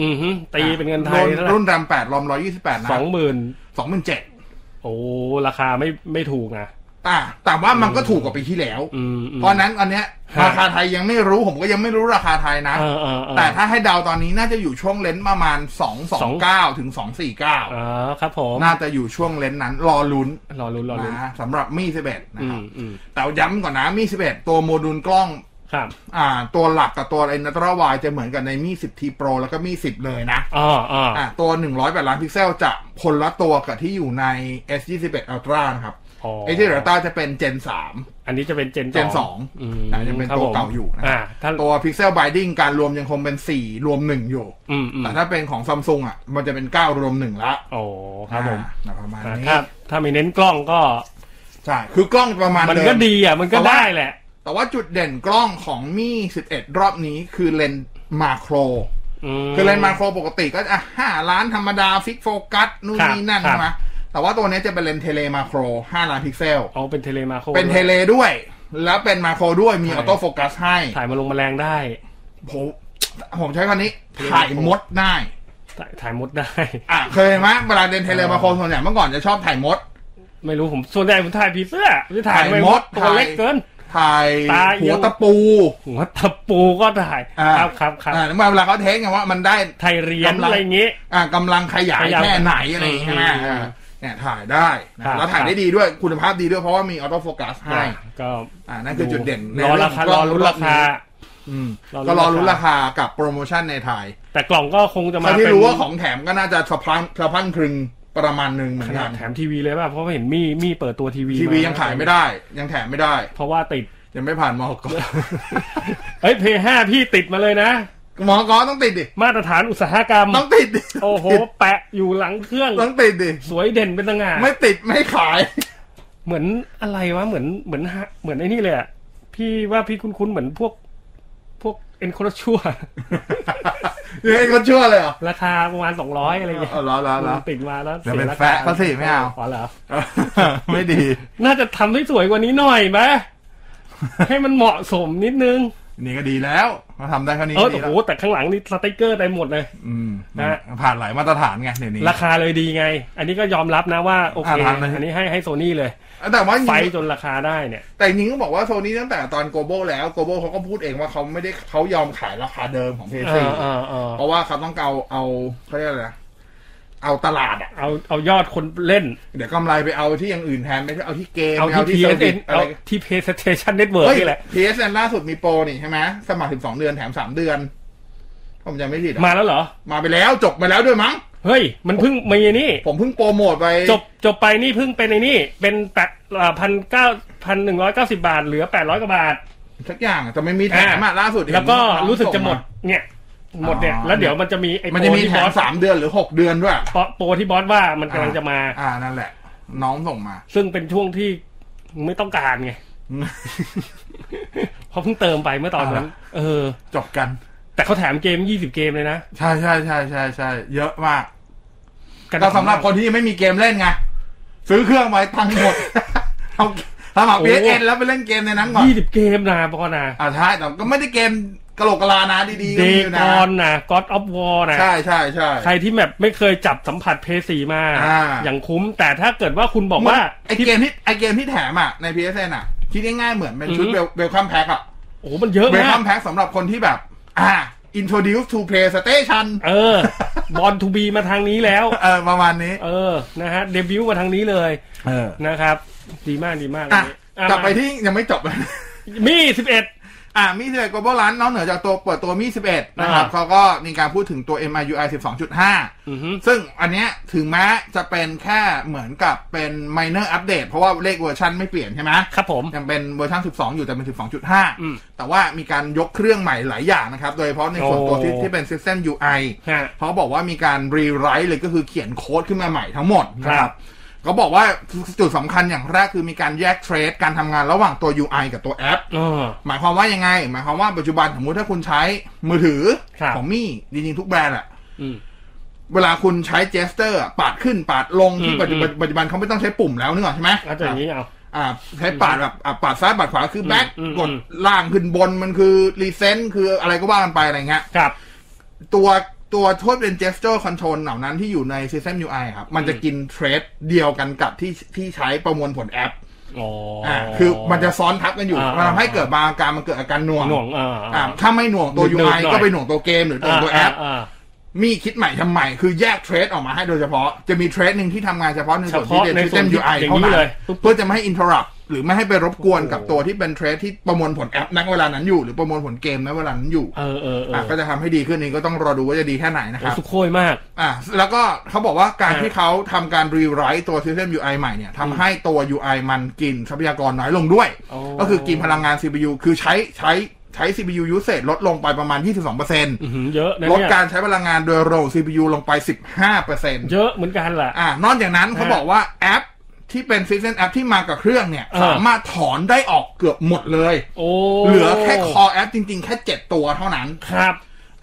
Speaker 2: อือฮึตีเป็นเงินไทย
Speaker 4: รุ่
Speaker 2: เท่าไหร่
Speaker 4: รุ่นรำแปดรอมร้อยยี่สิบแปดนะ
Speaker 2: สองหมื่น
Speaker 4: สองหมื่นเจ็ด
Speaker 2: โอ้ราคาไม่ไม่ถูกนะ
Speaker 4: อ่ะแต่ว่ามันก็ถูกกว่าปีที่แล้ว
Speaker 2: อืมอืม
Speaker 4: เพราะฉะนั้นอันเนี้ย
Speaker 2: ฮะ
Speaker 4: ราคาไทยยังไม่รู้ผมก็ยังไม่รู้ราคาไทยนะ
Speaker 2: เออเออเออ
Speaker 4: แต่ถ้าให้เดาตอนนี้น่าจะอยู่ช่วงเลนส์ประมาณสองสองเก้าถึงสองสี่เก้า
Speaker 2: อ๋อครับผม
Speaker 4: น่าจะอยู่ช่วงเลนส์นั้น รอลุ้น
Speaker 2: รอลุ้นรอลุ้น
Speaker 4: นะสำหรับมี่สิบเอ็ดนะ
Speaker 2: อื
Speaker 4: ครั
Speaker 2: ม
Speaker 4: บ
Speaker 2: อืม
Speaker 4: แต่ย้ำก่อนนะมี่สิบเอ็ดตัวโมดูลกล้อง
Speaker 2: ครับ
Speaker 4: อ่าตัวหลักกับตัวไอ้นัตรวายจะเหมือนกันในมีสิบทีโปรแล้วก็มีสิบเลยนะ
Speaker 2: อ๋ออ๋อ
Speaker 4: อ่าตัวหนึ่งร้อยแปดล้านพิกเซลจะคนละตัวกับที่อยู่ใน S ยี่สิบเอ็ดอัลตร้านะครับ
Speaker 2: อ๋อ
Speaker 4: ไอ้ที่อัลตร้าจะเป็นเจนสาม
Speaker 2: อันนี้จะเป็นเจน
Speaker 4: Gen สองอ่ะยังเป็นตัวเก่าอยู่นะ
Speaker 2: อ่าถ้า
Speaker 4: ตัวพิกเซลบ i ดิ้งการรวมยังคงเป็นสี่รวมหนึ่งอยู่
Speaker 2: อืมอืม
Speaker 4: แต่ถ้าเป็นของซัมซุงอ่ะ มันจะเป็นเก้ารวมหนึ่งละ
Speaker 2: โอ้ครับผม
Speaker 4: อ่าประมาณ
Speaker 2: อ่า
Speaker 4: นี้
Speaker 2: ถ้าถ้าไม่เน้นกล้องก็
Speaker 4: ใช่คือกล้องประมาณ
Speaker 2: มัน
Speaker 4: เดิ
Speaker 2: ก็
Speaker 4: ม
Speaker 2: ดีอ่ะมันก็
Speaker 4: แต่ว่า
Speaker 2: ได้แหละ
Speaker 4: แต่ว่าจุดเด่นกล้องของมี11 รอบนี้คือเลนส์มาโคร
Speaker 2: ม
Speaker 4: คือเลนส์มาโครปกติก็อ่ะห้าล้านธรรมดาฟิกโฟกัสนู่น
Speaker 2: ครับ
Speaker 4: นี่นั่น
Speaker 2: ครับ
Speaker 4: ใช่ไหมแต่ว่าตัวเนี้ยจะเป็นเลนส์เทเลมาโครห้าล้านพิกเซล
Speaker 2: อ๋อเป็นเทเลมาโค
Speaker 4: เป็นเทเลด้วย แล้วเป็นมาโครด้วยมีออโต้โฟกัสให้
Speaker 2: ถ่ายมาลงแมลงได้
Speaker 4: ผมผมใช้คำนี้ถ่ายมดได้
Speaker 2: ถ่ายถ่ายมดได้
Speaker 4: อ่ะเคยไหมเวลาเดินเทเลมาโคมส่วนใหญ่เมื่อก่อนจะชอบถ่ายมด
Speaker 2: ไม่รู้ผมส่วนใหญ่ผมถ่ายผีเสื้อไม่ถ่าย
Speaker 4: ถ่าย
Speaker 2: ไม่
Speaker 4: ม
Speaker 2: ม
Speaker 4: ด
Speaker 2: ดตัว
Speaker 4: ถ่าย
Speaker 2: เล็กเกิน
Speaker 4: ถ่าย
Speaker 2: ตาเอี
Speaker 4: หั
Speaker 2: ยวว
Speaker 4: ตะปู
Speaker 2: หัวตะปูก็ถ่าย
Speaker 4: อ่า
Speaker 2: ครับครับครับ
Speaker 4: อ่าเวลาเขาเทคไงว่ามันได้
Speaker 2: ถ่ายเหรียญ
Speaker 4: กำลัง
Speaker 2: อะไรอย่างงี้
Speaker 4: อ่ากำลังขยาย
Speaker 2: ขยาย
Speaker 4: แค่ไหนอะไรอย่างเงี้ย
Speaker 2: อืม
Speaker 4: นะอ่าเนี่ยถ่ายได้
Speaker 2: ครั
Speaker 4: นะ
Speaker 2: บ
Speaker 4: แล้วถ่ายได้ดีด้วยคุณภาพดีด้วยเพราะว่ามีออโต้โฟกัสให้
Speaker 2: ก็
Speaker 4: อ่านั่นคือจุดเด่นใน
Speaker 2: รอ
Speaker 4: เรื่อ
Speaker 2: รา
Speaker 4: ง
Speaker 2: คา
Speaker 4: ข
Speaker 2: ร
Speaker 4: อ
Speaker 2: อง
Speaker 4: กล้อง
Speaker 2: รุ้นราคา
Speaker 4: อืม
Speaker 2: รอลุ้น
Speaker 4: ก็รอรุ้นรา
Speaker 2: รา
Speaker 4: คา
Speaker 2: คา
Speaker 4: กับโปรโมชั่นในไทย
Speaker 2: แต่กล่องก็คงจะมา
Speaker 4: ถ้าที่
Speaker 2: เป็น
Speaker 4: รู้ว่าของแถมก็น่าจะสะพรังสะพรังครึงประมาณหนึ่งเหมือ
Speaker 2: ข
Speaker 4: น
Speaker 2: นา
Speaker 4: กั
Speaker 2: ด
Speaker 4: น
Speaker 2: แถมทีวีเลยป่ะเพราะว่าเห็นมี่มี่เปิดตัวทีวี
Speaker 4: ทีวียังขายไม่ได้ ยังแถมไม่ได้
Speaker 2: เพราะว่าติด
Speaker 4: ยังไม่ผ่านมอก
Speaker 2: เอ้ยเพย์ห้าพี่ติดมาเลยนะ
Speaker 4: มอกต้องติดดิ
Speaker 2: มาตรฐานอุตสาหกรรม
Speaker 4: ต้องติดดิ
Speaker 2: โอ้โห แปะอยู่หลังเครื่อง
Speaker 4: ต้องติดดิ
Speaker 2: สวยเด่นเป็นสง่า
Speaker 4: ไม่ติดไม่ขาย
Speaker 2: เหมือนอะไรวะ เหมือนเหมือนฮะเหมือนไอ้นี่เลยอะพี่ว่าพี่คุ้นๆเหมือนพวก พวกเอ็นโคชัว
Speaker 4: ยังไงก็ชั่วเลยเหรอ
Speaker 2: ราคาประมาณสองร้อยอะไรเงี้ย
Speaker 4: เอาเหรอเหรอเหรอ
Speaker 2: ติดมาแล้ว
Speaker 4: เดี๋ยวเป็น
Speaker 2: สียราคา
Speaker 4: แฟะเขาสิไม่เอา
Speaker 2: อ๋อเหรอ
Speaker 4: ไม่ดี
Speaker 2: น่าจะทำให้สวยกว่านี้หน่อยไหม ให้มันเหมาะสมนิดนึง
Speaker 4: นี่ก็ดีแล้วมาทำได้เท่านี้
Speaker 2: เออ
Speaker 4: ดี
Speaker 2: แต่
Speaker 4: แล้
Speaker 2: โอ้
Speaker 4: ว
Speaker 2: โหแต่ข้างหลังนี่สติกเกอร์เต็มหมดเลย
Speaker 4: อืม
Speaker 2: นะ
Speaker 4: ผ่านหลายมาตรฐานไงเดี๋ยวนี้
Speaker 2: ราคาเลยดีไง อันนี้ก็ยอมรับนะว่าโอเค
Speaker 4: อ่ะทำเลย
Speaker 2: อันนี้ให้ให้โซนี่เลย
Speaker 4: แต่ว่าจริง
Speaker 2: ไฟจนราคาได้เนี่ย
Speaker 4: แต่จริงๆก็บอกว่าโซนี่ตั้งแต่ตอนโกโบแล้วโกโบเขาก็พูดเองว่าเขาไม่ได้เขายอมขายราคาเดิมของเพ
Speaker 2: เอ
Speaker 4: ซี
Speaker 2: อเออเออ
Speaker 4: เพราะว่าเขาต้องเอาเอาเขาเรียกอะไรนะเอาตลาดอ่ะ
Speaker 2: เอาเอายอดคนเล่น
Speaker 4: เดี๋ยวกำไรไปเอาที่อย่างอื่นแทนไปเอาที่เกม
Speaker 2: เอา
Speaker 4: ไป
Speaker 2: ที่
Speaker 4: เซอร์วิ
Speaker 2: PSN
Speaker 4: สอะไร
Speaker 2: เอาที่ PlayStation Network
Speaker 4: เฮ้ย
Speaker 2: นี่แหละ
Speaker 4: PSN ล่าสุดมีโปรนี่ใช่ไหมสมัครถึงสองเดือนแถมสามเดือน ผมจำไม่ผิดอะ
Speaker 2: มาแล้วเหรอ
Speaker 4: มาไปแล้วจบมาแล้วด้วยมั้ง
Speaker 2: เฮ้ย มันเพิ่งมีนี่
Speaker 4: ผมเพิ่งโปรโมทไป
Speaker 2: จบจบไปนี่เพิ่งเป็นไอ้นี่ เป็นแปดพันเก้าพันหนึ่งร้อยเก้าสิบาท เหลือแปดร้อยกว่าบาท
Speaker 4: สักอย่างแต่ไม่มีแถมอ่ะล่าสุดเห็น
Speaker 2: แล้วก็
Speaker 4: น้อง
Speaker 2: รู้สึกจะหมด
Speaker 4: ส่ง
Speaker 2: เนี่ย หมดเนี่ย
Speaker 4: อ๋อ
Speaker 2: แล้วเดี๋ยวมันจะมีไอ้
Speaker 4: มา
Speaker 2: โป
Speaker 4: มันจะ
Speaker 2: ร
Speaker 4: มี
Speaker 2: ที่
Speaker 4: แถ
Speaker 2: บอ
Speaker 4: ม
Speaker 2: ส
Speaker 4: สามเดือนหรือหกเดือนด้วย
Speaker 2: โปรที่บอสว่ามันกำลังจะมา
Speaker 4: อ่านั่นแหละ น้องส่งมา
Speaker 2: ซึ่งเป็นช่วงที่ไม่ต้องการ ไง เพราะเพิ่งเติมไปเมื่อตอนนั้น เออ
Speaker 4: จบกัน
Speaker 2: แต่เขาแถมเกมยี่สิบเกมเลยนะ
Speaker 4: ใช่ใช่ใช่ใช่ใช่เยอะมาก
Speaker 2: กัน
Speaker 4: แต่สำหรับคนที่ไม่มีเกมเล่นไง ซื้อเครื่องไว้ตังค์หมดเอาสมัคร PSN แล้วไปเล่นเกมในนั้นก่อน
Speaker 2: ยี่สิบเกมนะบอสนะ
Speaker 4: อ่าใช่แต่ก็ไม่ได้เกมกะโหลกกะลานะดีๆ
Speaker 2: เด
Speaker 4: ก็มีอยู่
Speaker 2: ก
Speaker 4: นะ
Speaker 2: อนนะ God of War นะ
Speaker 4: ใช่ใช่ใช่
Speaker 2: ใครที่แบบไม่เคยจับสัมผัสเพสีมา
Speaker 4: อ่า
Speaker 2: อย่างคุ้ม แต่ถ้าเกิดว่าคุณบอกว่า
Speaker 4: ไอเกมที่ไอเกมที่แถมอ่ะใน PSN อ่ะคิดง่ายๆเหมือนเป็นชุด
Speaker 2: อือฮึ
Speaker 4: เวลคัมแพ็คอ่ะ
Speaker 2: โอ้โหมันเยอะ
Speaker 4: เวล
Speaker 2: มา
Speaker 4: คั
Speaker 2: ก
Speaker 4: มแพ็คสำหรับคนที่แบบ อ่า introduce to PlayStation
Speaker 2: เออ บอลทูบีมาทางนี้แล้ว
Speaker 4: เออประมาณนี้
Speaker 2: เออ นะฮะ เดบิวต์มาทางนี้เลย
Speaker 4: เออ
Speaker 2: นะครับ ดีมากดีมาก
Speaker 4: อ่ะ
Speaker 2: อ่ะ
Speaker 4: กลับไปที่ยังไม่จบ
Speaker 2: มีสิบเอ็ด
Speaker 4: อ่ะ มี11 Global Run นอกเหนือจากตัวเปิดตัวมี 11 นะครับ
Speaker 2: อ่า
Speaker 4: เขาก็มีการพูดถึงตัว MIUI 12.5
Speaker 2: อือฮึ
Speaker 4: ซึ่งอันเนี้ยถึงแม้จะเป็นแค่เหมือนกับเป็น minor update เพราะว่าเลขเวอร์ชันไม่เปลี่ยนใช่ไหม
Speaker 2: ครับผม
Speaker 4: ยังเป็นเวอร์ชัน12 อยู่แต่เป็น
Speaker 2: อืม
Speaker 4: 12.5 แต่ว่ามีการยกเครื่องใหม่หลายอย่างนะครับ โดยเฉพาะในส่วนตัวที่
Speaker 2: โอ้
Speaker 4: ที่เป็น System UI
Speaker 2: ฮะ
Speaker 4: เขาบอกว่ามีการรีไรต์เลยก็คือเขียนโค้ดขึ้นมาใหม่ทั้งหมดนะค
Speaker 2: ครั
Speaker 4: รับบ เขาบอกว่าจุดสำคัญอย่างแรกคือมีการแยกเทรดการทำงานระหว่างตัว UI กับตัวแอป
Speaker 2: เออ
Speaker 4: หมายความว่ายังไง หมายความว่าปัจจุบันสมมติถ้าคุณใช้มือถือ
Speaker 2: ครับ
Speaker 4: ของมี่จริงๆทุกแบรนด์อะ
Speaker 2: อืม
Speaker 4: เวลาคุณใช้เจสเตอร์ปาดขึ้นปาดลงที่
Speaker 2: อืม
Speaker 4: ปัจจุบันปัจจุบันเขาไม่ต้องใช้ปุ่มแล้วนึกออกใช่ไหม
Speaker 2: แล้วจะอย่างนี้เอา
Speaker 4: อ่าใช้ปาดแบบอ่าปาดซ้ายปาดขวาคือแบ็ก
Speaker 2: อืม
Speaker 4: กด
Speaker 2: อืม
Speaker 4: ล่างขึ้นบนมันคือรีเซนต์คืออะไรก็ว่ากันไปอะไรเงี้ย
Speaker 2: ครับ
Speaker 4: ตัวตัวโทษเป็น gesture control เหล่านั้นที่อยู่ใน system UI ครับ มันจะกินเทรดเดียวกันกับที่ที่ใช้ประมวลผลแอป
Speaker 2: อ๋ออ
Speaker 4: อ่าคือมันจะซ้อนทับกันอยู่
Speaker 2: อ่ามั
Speaker 4: มันทำให้เกิดบางอาการมันเกิดอาการหน่วง
Speaker 2: หน่วงอ่า
Speaker 4: อ่า
Speaker 2: อ่า
Speaker 4: ถ้าไม่หน่วงตัว
Speaker 2: หนึบๆ
Speaker 4: UI
Speaker 2: หน่อย
Speaker 4: ก็ไปหน่วงตัวเกมหรือหน่วงตัวแอป
Speaker 2: าา
Speaker 4: มีคิดใหม่ทำใหม่คือแยกเทรดออกมาให้โดยเฉพาะจะมีเทรดหนึ่งที่ทำงานเฉพาะในส่วนที่เป็น
Speaker 2: เฉพาะในส่วน
Speaker 4: system
Speaker 2: ที่
Speaker 4: UI
Speaker 2: อย่างนี้
Speaker 4: เท่านั้น
Speaker 2: เลย
Speaker 4: เพื่อจะไม่ให้ interrupt หรือไม่ให้ไปรบกวนกับ
Speaker 2: โอ้โห
Speaker 4: ตัวที่เป็นเทรดที่ประมวลผลแอปณเวลานั้นอยู่ หรือประมวลผลเกมณเวลานั้นอยู่
Speaker 2: เออเออเออ
Speaker 4: อ่ะก็จะทำให้ดีขึ้นนี้ก็ต้องรอดูว่าจะดีแค่ไหนนะค
Speaker 2: โอ้
Speaker 4: รับ
Speaker 2: สุโคยมาก
Speaker 4: อ่ะแล้วก็เขาบอกว่าการ
Speaker 2: อ่ะ
Speaker 4: ที่เขาทำการรีไรต์ตัว system UI ใหม่เนี่ยทำให้ตัว UI มันกินทรัพยากรน้อยลงด้วย ก็คือกินพลังงาน CPU คือใช้ใช้ใช้ CPU usage ลดลงไปประมาณ 22%
Speaker 2: อื้อหือเยอะนะ
Speaker 4: ลด
Speaker 2: เนี่ย
Speaker 4: การใช้พลังงานโดยโรล CPU ลงไป 15%
Speaker 2: เยอะเหมือนกันแหละ
Speaker 4: อ่านอกจากนั้นเขา
Speaker 2: ฮะ
Speaker 4: บอกว่าแอปที่เป็น System App ที่มากับเครื่องเนี่ย
Speaker 2: เออ
Speaker 4: สามารถถอนได้ออกเกือบหมดเลย
Speaker 2: โอ้
Speaker 4: เหลือแค่ Core App จริง ๆ แค่ 7 ตัวเท่านั้น
Speaker 2: ครับ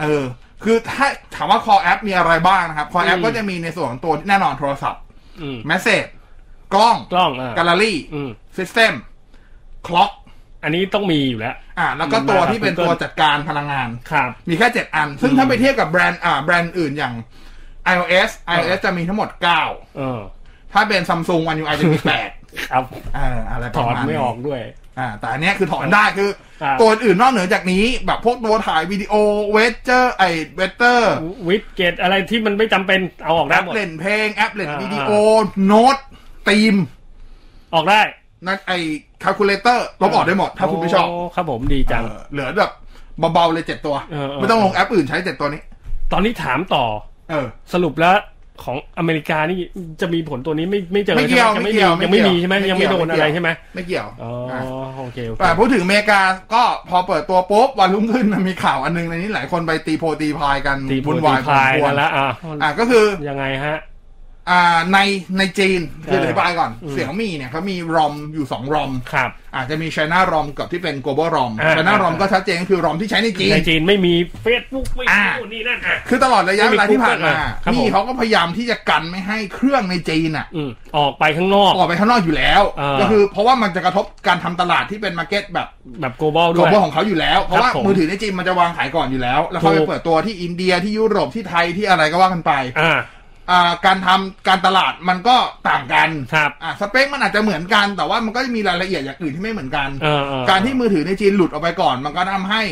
Speaker 4: เออ คือถ้าถามว่า Core App มีอะไรบ้างนะครับ Core App
Speaker 2: อืม
Speaker 4: ก็จะมีในส่วนของตัวแน่นอนโทรศัพท์
Speaker 2: อืม
Speaker 4: Message กล้อง
Speaker 2: กล้องอ่า
Speaker 4: Gallery
Speaker 2: อืม
Speaker 4: System Clock
Speaker 2: อันนี้ต้องมีอยู่แล้ว
Speaker 4: อ่าแล้วก็
Speaker 2: มันมา
Speaker 4: ตัว
Speaker 2: จาก
Speaker 4: ที่เป็นตั
Speaker 2: Google
Speaker 4: วจัดการพลังงาน
Speaker 2: ครับ
Speaker 4: มีแค่ 7 อัน ซึ่งถ้าไปเทียบกับแบรนด์อ่าแบรนด์อื่นอย่าง iOS iOS จะมีทั้งหมด
Speaker 2: เออ
Speaker 4: 9 ถ้าเป็น Samsung One UI จะมี
Speaker 2: ครับ
Speaker 4: 8อ่าอะไรป
Speaker 2: ถ
Speaker 4: ระ
Speaker 2: อ
Speaker 4: มา
Speaker 2: ด
Speaker 4: ณ
Speaker 2: ไม่
Speaker 4: นี้
Speaker 2: ออกด้วย
Speaker 4: อ่าแต่อันเนี้ยคือถอนได้คือ
Speaker 2: อ่า
Speaker 4: ตัวอื่นนอกเหนือจากนี้แบบพวกตัวถ่ายวิดีโอเวสเจอร์ไอเวสเตอร์
Speaker 2: วิดเกตอะไรที่มันไม่จำเป็นเอาออก
Speaker 4: แอ
Speaker 2: ได้
Speaker 4: ป
Speaker 2: หมด
Speaker 4: เล่นเพลง แอปเล่น
Speaker 2: อ่า
Speaker 4: วิดีโอ โน้ตตีม
Speaker 2: ออกได้
Speaker 4: นักไอคาลคูลเลเตอร์ลบออกได้หมด ถ้าคุณไม่ชอบ
Speaker 2: โครับผมดีจัง
Speaker 4: เออเหลือแบบเบาๆเลยเจ็ดตัว
Speaker 2: เออเออ
Speaker 4: ไม่ต้องลงแอปอื่นใช้เจ็ดตัวนี้
Speaker 2: ตอนนี้ถามต่อ
Speaker 4: เออ
Speaker 2: สรุปแล้วของอเมริกานี่จะมีผลตัวนี้ไม่ไม่เจอ
Speaker 4: ไม่เกี่ยว
Speaker 2: ใช่ห
Speaker 4: ไม่เกี่ยว
Speaker 2: ยังไม่มี
Speaker 4: ไม่เกี่ยว
Speaker 2: ใช่ไหม
Speaker 4: ไม่เกี่ยว
Speaker 2: ยังไม่โดน
Speaker 4: ไม่เกี่ยว
Speaker 2: อะไรใช่ไหม
Speaker 4: ไม่เกี่ยว
Speaker 2: อ๋อ
Speaker 4: อ่ะ
Speaker 2: โอเคโอเค
Speaker 4: แต่พูดถึงอเมริกาก็พอเปิดตัวปุ๊บวันรุ่งขึ้นมันมีข่าวอันนึงในนี้หลายคนไปตีโพตีพายกัน
Speaker 2: ตีบุ
Speaker 4: วุ่
Speaker 2: ญ
Speaker 4: นา
Speaker 2: วาว
Speaker 4: ยยพอส
Speaker 2: พาย
Speaker 4: มคว
Speaker 2: กั
Speaker 4: ร
Speaker 2: นละอ่ะ
Speaker 4: อ่ะก็คือ
Speaker 2: ยังไงฮะ
Speaker 4: อ่าในในจีน
Speaker 2: เอ
Speaker 4: คือ
Speaker 2: อ
Speaker 4: อธิบายก่อน
Speaker 2: อืม
Speaker 4: เสี่ยงมีเนี่ยเขามีรอมอยู่สองรอม
Speaker 2: ครับ
Speaker 4: อาจจะมี China ROM กับที่เป็น global ROM
Speaker 2: อ่า
Speaker 4: China ROM ก็ชัดเจนก็คือ ROM ที่ใช้ในจีน
Speaker 2: ในจีนไม่มีเฟซบุ๊กไม่มี
Speaker 4: อ่า
Speaker 2: นู่นนี่นั่นอ่ะ
Speaker 4: คือตลอดระยะเวลาที่ผ่านมา
Speaker 2: ไม่มี Google อ่ะครับผม
Speaker 4: นี่เขาก็พยายามที่จะกันไม่ให้เครื่องในจีนอ่ะ
Speaker 2: อืมออกไปข้างนอก
Speaker 4: ออกไปข้างนอกอยู่แล้ว
Speaker 2: อ่า
Speaker 4: ก็คือเพราะว่ามันจะกระทบการทำตลาดที่เป็นมาร์เก็ตแบบ
Speaker 2: แบบ global
Speaker 4: ขอ
Speaker 2: ด้
Speaker 4: ง
Speaker 2: วย
Speaker 4: พวกของเขาอยู่แล้ว เพราะว่า
Speaker 2: ผม
Speaker 4: มือถือในจีนมันจะวางขายก่อนอยู่แล้ว แล้วเขาไป
Speaker 2: ถูก
Speaker 4: เปิดตัวที่อินเดียที่ยุโรปที่ไทยที่อะไรก็ว่ากันไป
Speaker 2: อ่า
Speaker 4: อ่าการทำการตลาดมันก็ต่างกัน
Speaker 2: ครับ
Speaker 4: อ่าสเปคมันอาจจะเหมือนกัน แต่ว่ามันก็จะมีรายละเอียดอย่างอื่นที่ไม่เหมือนกัน
Speaker 2: เออเออ
Speaker 4: การที่มือถือในจีนหลุดออกไปก่อน มันก็ทำให้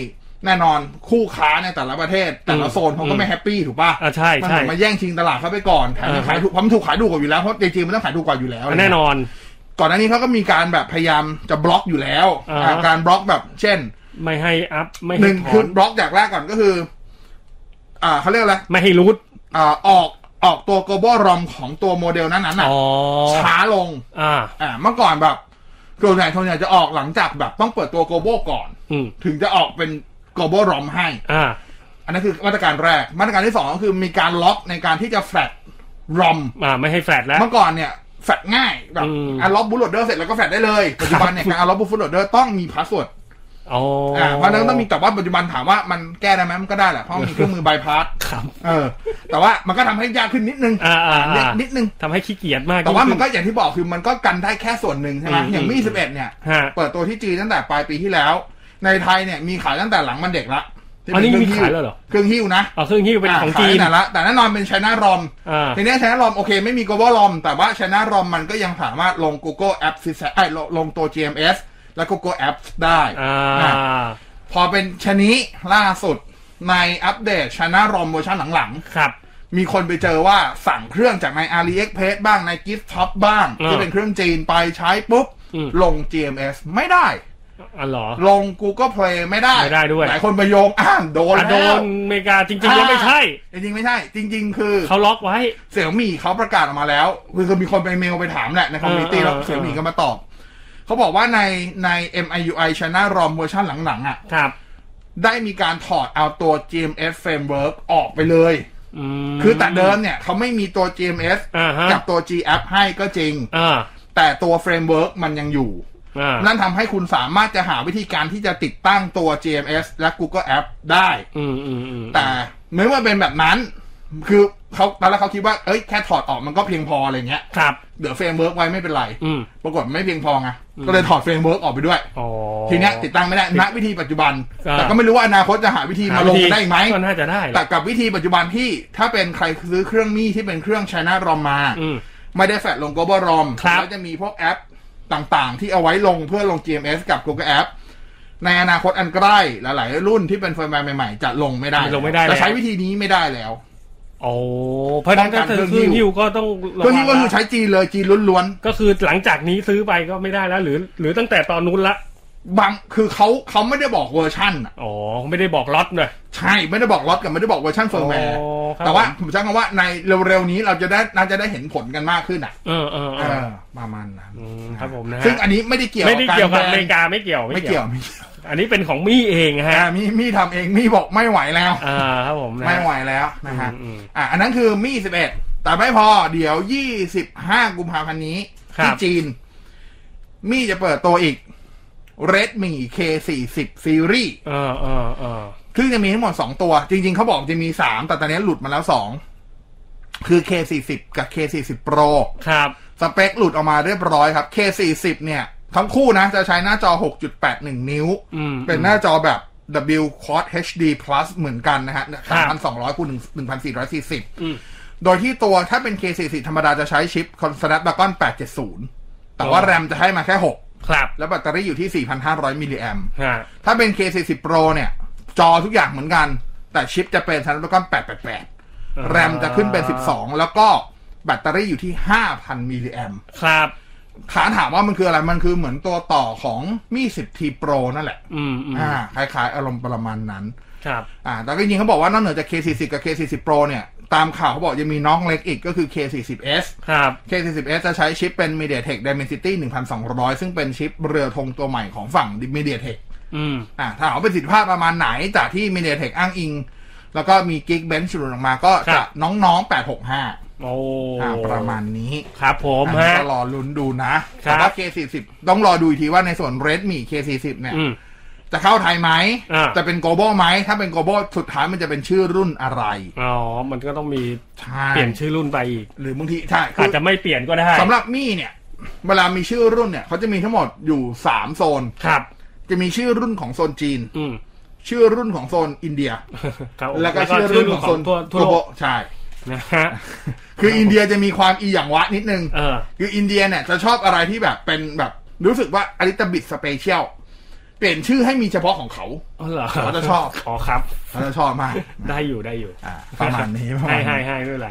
Speaker 4: แน่นอนคู่ค้าในแต่ละประเทศ แต่ละโซนเขาก็ไม่แฮปปี้ถูกป่ะ
Speaker 2: อ่ะใช่
Speaker 4: มั
Speaker 2: ใช่
Speaker 4: เหมือนมาแย่งชิงตลาดเขาไปก่อนแถมยัง
Speaker 2: อ่า
Speaker 4: ขายถูกเพราะมันถูกขายถูกกว่าอยู่แล้วเพราะในจีนมันต้องขายถูกกว่าอยู่แล้ว
Speaker 2: แน่นอน
Speaker 4: ก่อนหน้านี้เขาก็มีการแบบพยายามจะบล็อกอยู่แล้ว
Speaker 2: อ่า
Speaker 4: อ่าการบล็อกแบบเช่น
Speaker 2: ไม่ให้อัพไม่
Speaker 4: ห
Speaker 2: ให้
Speaker 4: นึ่ง
Speaker 2: ถ
Speaker 4: คื
Speaker 2: อ
Speaker 4: อน บล็อกจากแรกก่อนก็คือ อ่าเขาเรียกอะไร
Speaker 2: ไม่ให้รูท
Speaker 4: อ่าออกออกตัว global rom ของตัวโมเดลนั้นๆน่ะ
Speaker 2: อ๋อ
Speaker 4: ช้าลง
Speaker 2: อ่า
Speaker 4: อ่าเมื่อก่อนแบบส่วนใหญ่ส่วนใหญ่จะออกหลังจากแบบต้องเปิดตัว global ก่อน
Speaker 2: อืม
Speaker 4: ถึงจะออกเป็น global rom ให้
Speaker 2: อ่า
Speaker 4: อันนั้นคือมาตรการแรก มาตรการที่สองก็คือมีการล็อกในการที่จะแฟลตรอม
Speaker 2: อ่าไม่ให้แฟลตแล้ว
Speaker 4: เมื่อก่อนเนี่ยแฟลตง่ายแบบ
Speaker 2: อืม
Speaker 4: อันล็อกบูทโหลดเดอร์เสร็จแล้วก็แฟลตได้เลย ปัจจุบันเนี่ยการอันล็อกบูทโหลดเดอร์ต้องมีพาสเวิร์ด
Speaker 2: อ๋ออ่
Speaker 4: อ่าเพราะฉะนั้นต้องมีแต่ว่าปัจจุบันถามว่ามันแก้ได้ไหมมันก็ได้แหละ เพราะมีเครื่องมือบายพาส
Speaker 2: ครับ
Speaker 4: เออ แต่ว่ามันก็ทำให้ยากขึ้นนิดนึง
Speaker 2: อ่าอ่า
Speaker 4: นิด
Speaker 2: อ่า
Speaker 4: นิดนึง
Speaker 2: ทำให้ขี้เกียจมาก
Speaker 4: แต่ว่ามันก็
Speaker 2: ยิ่ง
Speaker 4: อย่างที่บอกคือมันก็กันได้แค่ส่วนหนึ่งใช่ไหม
Speaker 2: อืม
Speaker 4: อย่างมี
Speaker 2: อืม
Speaker 4: สิบเอ็ดเนี่ย
Speaker 2: ฮะ
Speaker 4: เปิดตัวที่จีนตั้งแต่ปลายปีที่แล้ว ในไทยเนี่ยมีขายตั้งแต่หลังมันเด็กละที่
Speaker 2: อัน
Speaker 4: เป็
Speaker 2: นี้
Speaker 4: เครื่อง
Speaker 2: มีขา
Speaker 4: หิ้
Speaker 2: ยว แล้วเหรอ
Speaker 4: เครื่องหิ้วนะ
Speaker 2: อ๋อเครื่องหิ้วเป็นของจีน
Speaker 4: แต่ละแต่แน่นอนเป็น China ROM
Speaker 2: อ่า
Speaker 4: ทีเนี้ย China ROM โอเคไม่มี Global ROM แต่ว่า China ROM มันก็ยังสามารถลง Google App System ไอ้ยลงลงตัว GMS และ Google Apps ได้
Speaker 2: อ่า
Speaker 4: ะพอเป็นชะนี้ล่าสุดในอัปเดต China ROM เวอร์ชันหลัง
Speaker 2: ครับ
Speaker 4: ๆ มีคนไปเจอว่าสั่งเครื่องจากใน AliExpress บ้างใน Gift Shop บ้าง
Speaker 2: อ่า
Speaker 4: ที่เป็นเครื่องจีนไปใช้ปุ๊บ
Speaker 2: อืม
Speaker 4: ลง GMS ไม่ได้
Speaker 2: อ๋อเหรอ
Speaker 4: ลง Google Play ไม่ได้
Speaker 2: ไม่ได้ด้วย
Speaker 4: หลายคนไปโยงอ้าวโดน
Speaker 2: อ่ะโด
Speaker 4: แล้ว
Speaker 2: นอเมริกาจริงๆแล้วไม่ใช่
Speaker 4: จริงๆไม่ใช่ จริง ๆ คือ
Speaker 2: เขาล็อกไว้
Speaker 4: เสี่ยมี่เขาประกาศออกมาแล้ว คือมีคนไปเมลไปถามแหละในคอมมิตี้
Speaker 2: เออเออ
Speaker 4: แล้วเสี่ยมี่
Speaker 2: เออ
Speaker 4: ก็มาตอบ เขาบอกว่าในใน MIUI China ROM เวอร์ชันหลังๆอ่ะ
Speaker 2: ครับ
Speaker 4: ได้มีการถอดเอาตัว GMS framework ออกไปเลย
Speaker 2: อืม
Speaker 4: คือแต่เดิมเนี่ยเขาไม่มีตัว GMS
Speaker 2: อ่าฮะ
Speaker 4: กับตัว G app ให้ก็จริง
Speaker 2: อ่า
Speaker 4: แต่ตัว framework มันยังอยู่
Speaker 2: อ่า
Speaker 4: นั่นทำให้คุณสามารถจะหาวิธีการที่จะติดตั้งตัว GMS และ Google App ได้
Speaker 2: อืมอืมอืม
Speaker 4: แต่เมื่อมันเป็นแบบนั้น คือเขาตอนแรกเขาคิดว่าเอ้ยแค่ถอดออกมันก็เพียงพออะไรเงี้ย
Speaker 2: ครับ
Speaker 4: เดี๋ยวเฟรมเวิร์กไว้ไม่เป็นไร
Speaker 2: อืม
Speaker 4: ปรากฏไม่เพียงพอไง ก็เลยถอดเฟรมเวิร์กออกไปด้วย
Speaker 2: อ๋อ
Speaker 4: ทีเนี้ยติดตั้งไม่ได้ ณ วิธีปัจจุบัน
Speaker 2: อ่า
Speaker 4: แต่ก็ไม่รู้ว่าอนาคตจะหาวิธีมาลงกันได้อีกไหม
Speaker 2: ก็น่าจะได้แห
Speaker 4: แต่
Speaker 2: ละ
Speaker 4: กับวิธีปัจจุบันที่ถ้าเป็นใครซื้อเครื่องมีที่เป็นเครื่อง China ROM มา
Speaker 2: อืม
Speaker 4: ไม่ได้แฟลตลง Global ROM
Speaker 2: ครับ
Speaker 4: แล้วจะมีพวกแอปต่างๆ ที่เอาไว้ลงเพื่อลง GMS กับ Google App ในอนาคตอันใกล้หลายๆรุ่นที่เป็นเฟิร์มแวร์ใหม่ๆ จะลงไม่ได้
Speaker 2: ลงไม่ได้แล้ว
Speaker 4: จะใช้วิธีนี้ไม่ได้แล้ว
Speaker 2: โอ้เพราะฉะนั้น
Speaker 4: ป้
Speaker 2: ก็
Speaker 4: องกัน
Speaker 2: คือ
Speaker 4: เค
Speaker 2: เค
Speaker 4: รื่
Speaker 2: รื่
Speaker 4: อ
Speaker 2: อง
Speaker 4: หิ้
Speaker 2: งหิ้
Speaker 4: ว
Speaker 2: วก็ต้องระ
Speaker 4: เครื่อง
Speaker 2: วั
Speaker 4: นี้
Speaker 2: ง
Speaker 4: ก็คือ
Speaker 2: ละ
Speaker 4: ใช้จีนเลยจีนล้วนๆ
Speaker 2: ก็คือหลังจากนี้ซื้อไปก็ไม่ได้แล้ว หรือ หรือตั้งแต่ตอนนู้นละ
Speaker 4: บางคือเขาเขาไม่ได้บอกเวอร์ชันอะ
Speaker 2: อ๋อไม่ได้บอกล็อตเลย
Speaker 4: ใช่ ไม่ได้บอกล็อตกับไม่ได้บอกเวอร์ชันเฟิร์มแวร์
Speaker 2: อ๋อครับ
Speaker 4: แต่ว่าผมจะคำว่าในเร็วๆนี้เราจะได้น่าจะได้เห็นผลกันมากขึ้นอ่ะ
Speaker 2: เออเออเอ
Speaker 4: เอ
Speaker 2: อ
Speaker 4: อประมาณนั้น
Speaker 2: อืมครับผมนะ
Speaker 4: ซึ่ง
Speaker 2: ฮะ
Speaker 4: อันนี้ไม่ได้เกี่ยว
Speaker 2: ไม่ได้เกี่ยวกับ
Speaker 4: าร
Speaker 2: อ
Speaker 4: แบ
Speaker 2: เม
Speaker 4: น
Speaker 2: ริกาไม่เกี่ยว
Speaker 4: ไม่เกี่ยวไม่เกี่ยว
Speaker 2: อันนี้เป็นของมี่เองฮะ
Speaker 4: อ่ามีมีทำเองมีบอกไม่ไหวแล้ว
Speaker 2: อ่าครับผมนะ
Speaker 4: ไม่ไหวแล้วนะฮะ
Speaker 2: อืม
Speaker 4: อ่ะอันนั้นคือมีสิบเอ็ดแต่ไม่พอเดี๋ยวยี่สิบห้ากุมภาพันธ์นี้
Speaker 2: ครับ
Speaker 4: ที่จีน มีจะเปิดตัวอีก Redmi K40 Series
Speaker 2: เออเออเออ
Speaker 4: ซึ่งจะมีทั้งหมด 2 ตัว จริง ๆ เขาบอกจะมี 3 แต่ตอนนี้หลุดมาแล้ว 2 คือ K40 กับ K40 Pro
Speaker 2: ครับ
Speaker 4: สเปคหลุดออกมาเรียบร้อยครับ K40 เนี่ย ทั้งคู่นะ จะใช้หน้าจอ 6.81 นิ้ว
Speaker 2: อืม
Speaker 4: เป็นหน้าจอแบบ W Quad HD Plus เหมือนกันนะฮะ
Speaker 2: ครับ
Speaker 4: 3,200คูณ1
Speaker 2: อืม
Speaker 4: 1,440 โดยที่ตัวถ้าเป็น K40 ธรรมดาจะใช้ชิป Snapdragon 870 แต่ว่า
Speaker 2: อ๋อ
Speaker 4: แรมจะให้มาแค่
Speaker 2: ครับ
Speaker 4: 6 แล้วแบตเตอรี่อยู่ที่ 4,500 มิลลิแอม
Speaker 2: ฮะ
Speaker 4: ถ้าเป็น K40 Pro เนี่ย จอทุกอย่างเหมือนกัน แต่ชิปจะเป็น Snapdragon 888 แรมจะขึ้นเป็น 12 แล้วก็แบตเตอรี่อยู่ที่ 5,000 มิลลิแอม
Speaker 2: ครับ
Speaker 4: ถามถามว่ามันคืออะไร มันคือเหมือนตัวต่อของมี10 T Pro นั่นแหละ
Speaker 2: อืมอืม
Speaker 4: อ่า คล้ายๆ อารมณ์ประมาณนั้น
Speaker 2: ครับ
Speaker 4: อ่า แต่ก็จริงๆเขาบอกว่านอกเหนือจาก K40 กับ K40 Pro เนี่ย ตามข่าวเขาบอกยังมีน้องเล็กอีกก็คือ K40s
Speaker 2: ครับ
Speaker 4: K40s จะใช้ชิปเป็น MediaTek Dimensity 1200 ซึ่งเป็นชิปเรือธงตัวใหม่ของฝั่ง MediaTek
Speaker 2: อืม
Speaker 4: อ่าถ้าเอาเป็นสิทธิภาพประมาณไหนจากที่ MediaTek อ้างอิง แล้วก็มี Geekbench หลุดออกมาก็จะน้องๆ 865
Speaker 2: โอ้
Speaker 4: อ่าประมาณนี้
Speaker 2: ครับผม
Speaker 4: อันนี้
Speaker 2: ฮะ
Speaker 4: ก็รอลุ้นดูนะครับ แต่ว่า K40 ต้องรอดูอีกทีว่าในส่วน Redmi K40 เนี่ย
Speaker 2: อืม
Speaker 4: จะเข้าไทยไหม
Speaker 2: อ่า
Speaker 4: จะเป็น global ไหม ถ้าเป็น global สุดท้ายมันจะเป็นชื่อรุ่นอะไร
Speaker 2: อ๋อมันก็ต้องมี
Speaker 4: ใช่
Speaker 2: เปลี่ยนชื่อรุ่นไปอีก
Speaker 4: หรือบางที ใช่คื
Speaker 2: อาจ
Speaker 4: อ
Speaker 2: จะไม่เปลี่ยนก็ได้
Speaker 4: สำหรับมี่เนี่ย เวลามีชื่อรุ่นเนี่ย เขาจะมีทั้งหมดอยู่สามโซน
Speaker 2: ครับ
Speaker 4: จะมีชื่อรุ่นของโซนจีน
Speaker 2: อืม
Speaker 4: ชื่อรุ่นของโซนอินเดีย
Speaker 2: ครับ
Speaker 4: แล้วก็ชื่อรุ่นของโซน
Speaker 2: ทั่วทั่วโล
Speaker 4: โล
Speaker 2: ก
Speaker 4: กใช่
Speaker 2: นะฮะ
Speaker 4: คืออินเดียจะมีความอีหยังวะนิดนึง
Speaker 2: เออ
Speaker 4: คืออินเดียเนี่ยจะชอบอะไรที่แบบเป็นแบบรู้สึกว่าอลิตบิดสเปเชียล เปลี่ยนชื่อให้มีเฉพาะ ของเขา
Speaker 2: อ๋อเหรอ
Speaker 4: เขาจะชอบ
Speaker 2: อ๋อครับ
Speaker 4: เขาจะชอบมาก
Speaker 2: ได้อยู่ได้อยู่
Speaker 4: อ่าประมาณนี้ประมาณ
Speaker 2: ให้ให้
Speaker 4: นี้
Speaker 2: ให้ไม่เป็นไร